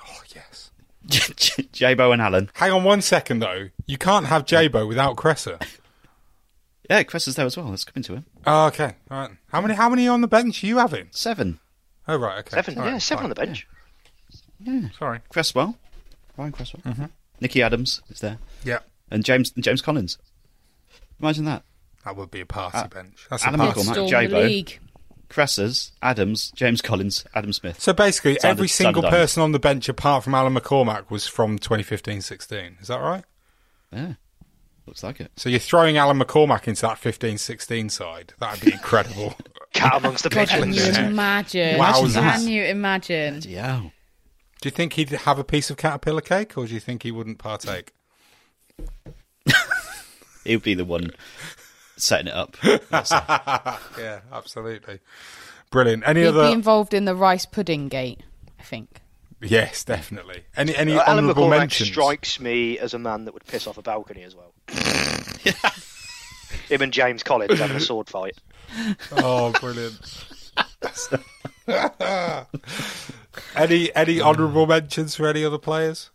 S7: Oh yes.
S1: Jabo and Alan.
S7: Hang on one second though. You can't have Jabo without Cresser.
S1: Yeah, Chris is there as well. Let's come into him.
S7: Oh, okay. All right. How many how many on the bench are you having?
S1: Seven.
S7: Oh right, okay.
S5: seven.
S7: All
S5: yeah,
S7: right,
S5: seven on
S7: fine.
S5: the bench.
S7: Sorry.
S1: Cresswell, Ryan Cresswell,
S7: Mm-hmm.
S1: Nicky Adams is there,
S7: Yeah.
S1: and James and James Collins. Imagine that:
S7: That would be a party
S1: Uh,
S7: bench. That's
S1: Adam
S7: a party.
S1: Michael, Matt
S8: Storm the
S1: Jabo,
S8: league.
S1: Cressers, Adams, James Collins, Adam Smith.
S7: So basically,
S1: Standard-
S7: every single
S1: standard
S7: person on the bench apart from Alan McCormack was from 2015-16. Is that right?
S1: Yeah, looks like it.
S7: So you're throwing Alan McCormack into that 15-16 side. That'd be incredible.
S5: Cat amongst the
S8: God, can
S5: pigeons.
S8: you imagine?
S7: Imagine that.
S8: can you imagine?
S1: Yeah,
S7: do you think he'd have a piece of caterpillar cake, or do you think he wouldn't partake?
S1: he would be the one setting it up.
S7: Yeah, absolutely. Brilliant. Any
S8: He'd
S7: other?
S8: be involved in the rice pudding gate, I think.
S7: yes, definitely. Any any
S5: Uh, Alan
S7: honourable
S5: McCormack
S7: mentions?
S5: strikes me as a man that would piss off a balcony as well. Him and James Collins having a sword fight.
S7: Oh, brilliant. any any honourable mentions for any other players?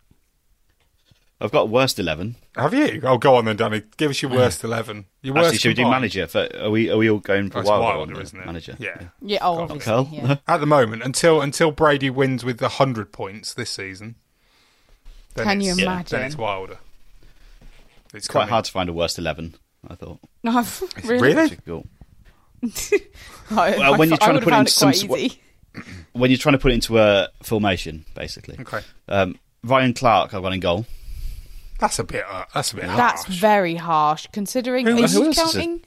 S1: I've got worst eleven.
S7: Have you? Oh, go on then, Danny. Give us your worst eleven. Your worst.
S1: Actually, should we do
S7: combined.
S1: manager? For, are we are we all going for
S7: Oh, it's
S1: Wilder?
S7: Wilder,
S1: on the
S7: isn't it?
S1: Manager.
S7: Yeah.
S8: Yeah, oh,
S1: Not
S8: obviously.
S1: Curl.
S8: Yeah.
S7: At the moment, until until Brady wins with the hundred points this season, then
S8: Can
S7: it's-
S8: you
S7: Then it's
S8: imagine?
S7: Wilder. It's
S1: Quite
S7: coming.
S1: hard to find a worst eleven. I thought.
S8: No, really?
S7: Really?
S1: Difficult.
S8: I,
S1: Well,
S8: I
S1: when you're
S8: thought- I
S1: trying to
S8: would
S1: put
S8: have found
S1: in
S8: it quite
S1: some swa-
S8: easy.
S1: When you're trying to put it into a formation, basically.
S7: Okay,
S1: Um, Ryan Clark, I've got in goal.
S7: that's a bit. Uh, that's a bit
S8: That's
S7: harsh.
S8: very harsh, considering.
S7: Who
S8: Are
S7: else-
S1: who
S8: you
S1: else is it?
S8: counting?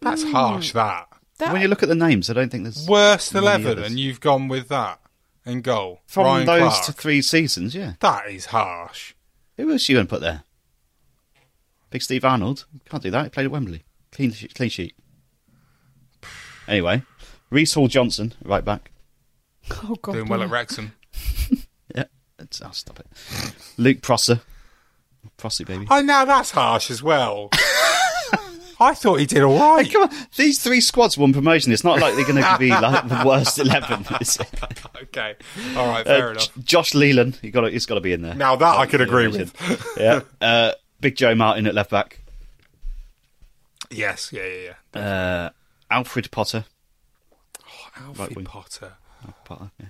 S7: that's harsh. That
S8: That,
S1: When you look at the names, I don't think there's
S7: worst
S1: many
S7: eleven,
S1: others.
S7: and you've gone with that in goal.
S1: from
S7: Ryan
S1: those
S7: Clark.
S1: to three seasons. Yeah,
S7: That is harsh.
S1: who else are you going to put there? Big Steve Arnold can't do that. He played at Wembley. Clean sh- clean sheet. Anyway, Reese Hall Johnson, right back.
S8: oh, God.
S7: Doing well at Wrexham.
S1: Yeah, it's, I'll stop it. Luke Prosser, Prosser baby.
S7: Oh, now that's harsh as well. I thought he did all right.
S1: Come on, these three squads won promotion. It's not like they're going to be like the worst eleven. is it?
S7: Okay. All right. Fair
S1: Uh,
S7: enough.
S1: J- Josh Leland, he got to, he's got to be in there.
S7: Now that I could agree with.
S1: yeah. Uh, Big Joe Martin at left back.
S7: Yes. Yeah. Yeah. Yeah.
S1: Uh, Alfred Potter,
S7: Alfie
S1: wing.
S7: Potter.
S1: Potter. Yeah.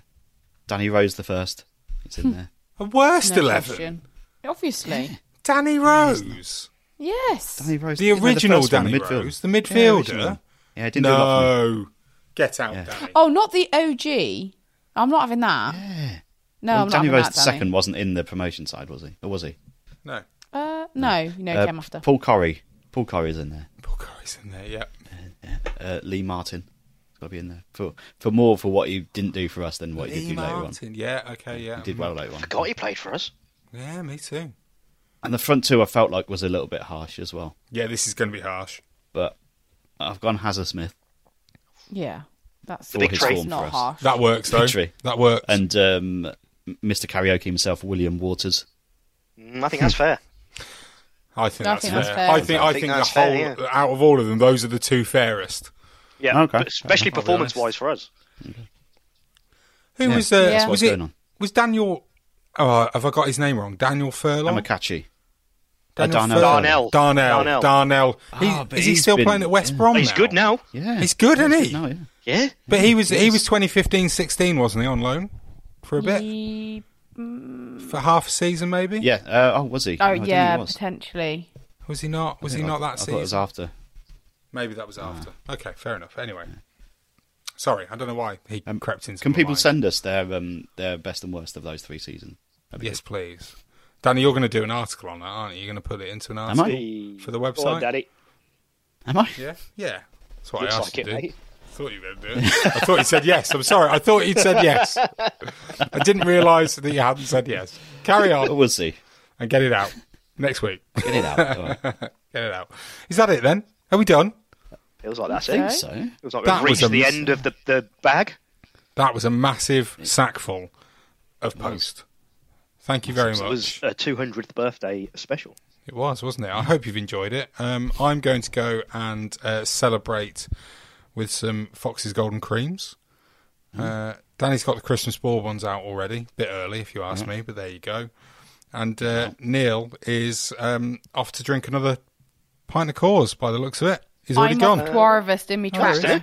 S1: Danny Rose the first. It's in there.
S7: A worst
S8: No
S7: eleven.
S8: question. Obviously.
S7: Danny Rose.
S8: Yes.
S1: Danny Rose,
S7: The
S1: you know,
S7: original
S1: first one,
S7: Danny
S1: the midfield.
S7: Rose, the
S1: Yeah,
S7: midfielder.
S1: original. Yeah, I didn't do a lot for me.
S7: no. Get out,
S1: Yeah.
S7: Danny.
S8: Oh, not the OG. I'm not having that. No,
S1: Well,
S8: I'm
S1: Danny
S8: not
S1: Rose
S8: having that,
S1: the
S8: Danny.
S1: second wasn't in the promotion side, was he? Or was he?
S7: No.
S8: Uh, no, no,
S1: Uh,
S8: came after.
S1: Paul Corrie. Paul Corrie's in there.
S7: Paul Corrie's in there. Yep.
S1: Uh, Lee Martin. He's got to be in there for for more for what he didn't do for us than what he
S7: Lee
S1: did do later on.
S7: Martin, Yeah. Okay. Yeah.
S1: He did well later on.
S5: Forgot he played for us.
S7: Yeah, me too.
S1: And the front two I felt like was a little bit harsh as well.
S7: Yeah, this is going to be harsh.
S1: But I've gone Hazard Smith.
S8: Yeah, that's
S1: for his form
S8: not
S1: for us.
S8: harsh.
S7: That works though.
S1: Victory.
S7: That works.
S1: And um, m- Mr. Karaoke himself, William Waters.
S5: Mm, I think that's fair.
S7: I think
S8: I
S7: that's
S8: think
S7: fair.
S8: that's fair.
S7: I think I,
S5: I
S7: think,
S5: think
S7: the
S5: that's
S7: whole
S5: fair,
S7: out of all of them, those are the two fairest.
S5: Yeah,
S1: Okay.
S5: but especially
S7: I'll be
S5: performance-wise for us.
S7: Who
S1: Yeah,
S7: was uh,
S8: that's Yeah.
S1: what's
S7: was it?
S1: going on.
S7: Was Daniel? Oh, have I got his name wrong? Daniel Furlong.
S1: Amakachi.
S7: Daniel
S1: Darnell.
S7: Furlong.
S5: Darnell.
S7: Darnell. Darnell.
S5: Darnell.
S7: He-
S1: Ah, but
S7: is he
S1: he's
S7: still
S1: been-
S7: playing at West
S1: yeah.
S7: Brom?
S5: He's good now.
S1: Yeah.
S7: He's good, isn't he?
S1: No, yeah.
S5: Yeah.
S7: But he was he
S1: Yes.
S7: was 2015 16, wasn't he, on loan for a bit?
S8: Ye-
S7: For half a season, maybe?
S1: Yeah. Uh, oh, was he? No,
S6: Oh
S1: I didn't
S6: yeah,
S1: he was.
S6: potentially.
S7: Was he not? Was he
S1: I-
S7: not that
S1: I
S7: season?
S1: thought it was after.
S7: Maybe that was after. Okay, fair enough. Anyway. Sorry, I don't know why he
S1: Um,
S7: crept into
S1: Can
S7: my
S1: people
S7: mind.
S1: send us their um, their best and worst of those three seasons? That'd be
S7: Yes, please. Danny, you're going to do an article on that, aren't you? You're going to put it into an
S1: Am
S7: article
S1: I?
S7: for the
S5: Go on,
S7: website?
S5: Daddy.
S1: good. Am I?
S7: yeah, yeah. That's what I
S5: Looks
S7: asked
S5: like it,
S7: you to do.
S5: mate.
S7: thought you were going to do it. I thought you said yes. I'm sorry. I thought you'd said yes. I didn't realise that you hadn't said yes. Carry
S1: But
S7: on
S1: we'll see.
S7: and get it out next week.
S1: Get it out. All right. I
S7: Get it out. Is that it then? Are we done?
S5: Feels like that's
S1: think
S5: it.
S1: so.
S5: Feels like
S7: That
S5: we've
S7: was
S5: reached the
S7: a-
S5: end of the, the bag.
S7: That was a massive sackful of post. Thank you very
S5: It was
S7: much.
S5: a 200th birthday special.
S7: It was, wasn't it? I hope you've enjoyed it. Um, I'm going to go and uh, celebrate with some Fox's Golden Creams. Uh, Danny's got the Christmas ball ones out already. Bit early, if you ask me, but there you go. And uh, Neil is um, off to drink another pint of cause by the looks of it. He's already
S6: I'm
S7: gone. Oh,
S6: off to Orvest in my tractor.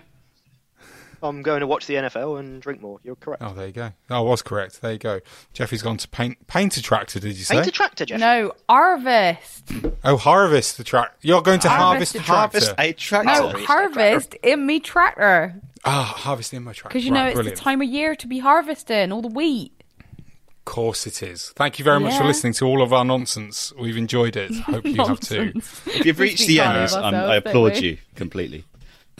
S5: I'm going to watch the NFL and drink more. You're correct.
S7: Oh, there you go. Oh, I was correct. There you go. Jeffy's gone to paint paint a tractor. Did you say?
S5: Paint a tractor, Jeff.
S6: No, Orvest.
S7: oh, harvest the track. You're going to harvest, the
S6: Harvest the tractor.
S7: tractor.
S1: A tractor.
S6: No, harvest in me tractor.
S7: Ah, harvesting my tractor.
S6: Because you
S7: Right,
S6: know it's
S7: brilliant.
S6: the time of year to be harvesting all the wheat.
S7: Of course it is. Thank you very much for
S6: Yeah.
S7: listening to all of our nonsense. We've enjoyed it. Hope you have too.
S1: If you've reached the end, I'm, I applaud you completely.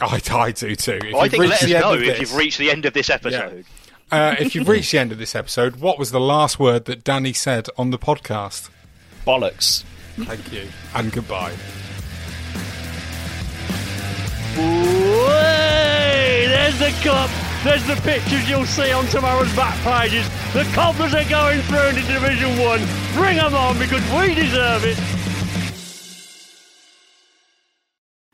S7: I, I do too. If
S5: Well, I
S7: you've
S5: think let us
S7: reached the end
S5: know
S7: of
S5: if
S7: this-
S5: you've reached the end of this episode.
S7: Uh, if you've reached the end of this episode, what was the last word that Danny said on the podcast?
S1: Bollocks.
S7: Thank you and goodbye.
S4: Way! There's the cup. There's the pictures you'll see on tomorrow's back pages. The Cobblers are going through into Division 1. Bring them on because we deserve it.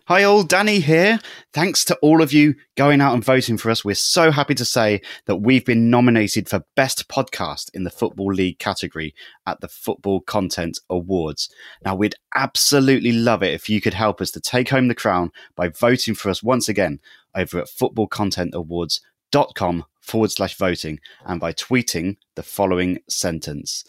S1: Hi, all, Danny here. Thanks to all of you going out and voting for us. We're so happy to say that we've been nominated for Best Podcast in the Football League category at the Football Content Awards. Now, we'd absolutely love it if you could help us to take home the crown by voting for us once again over at footballcontentawards.com forward slash voting and by tweeting the following sentence.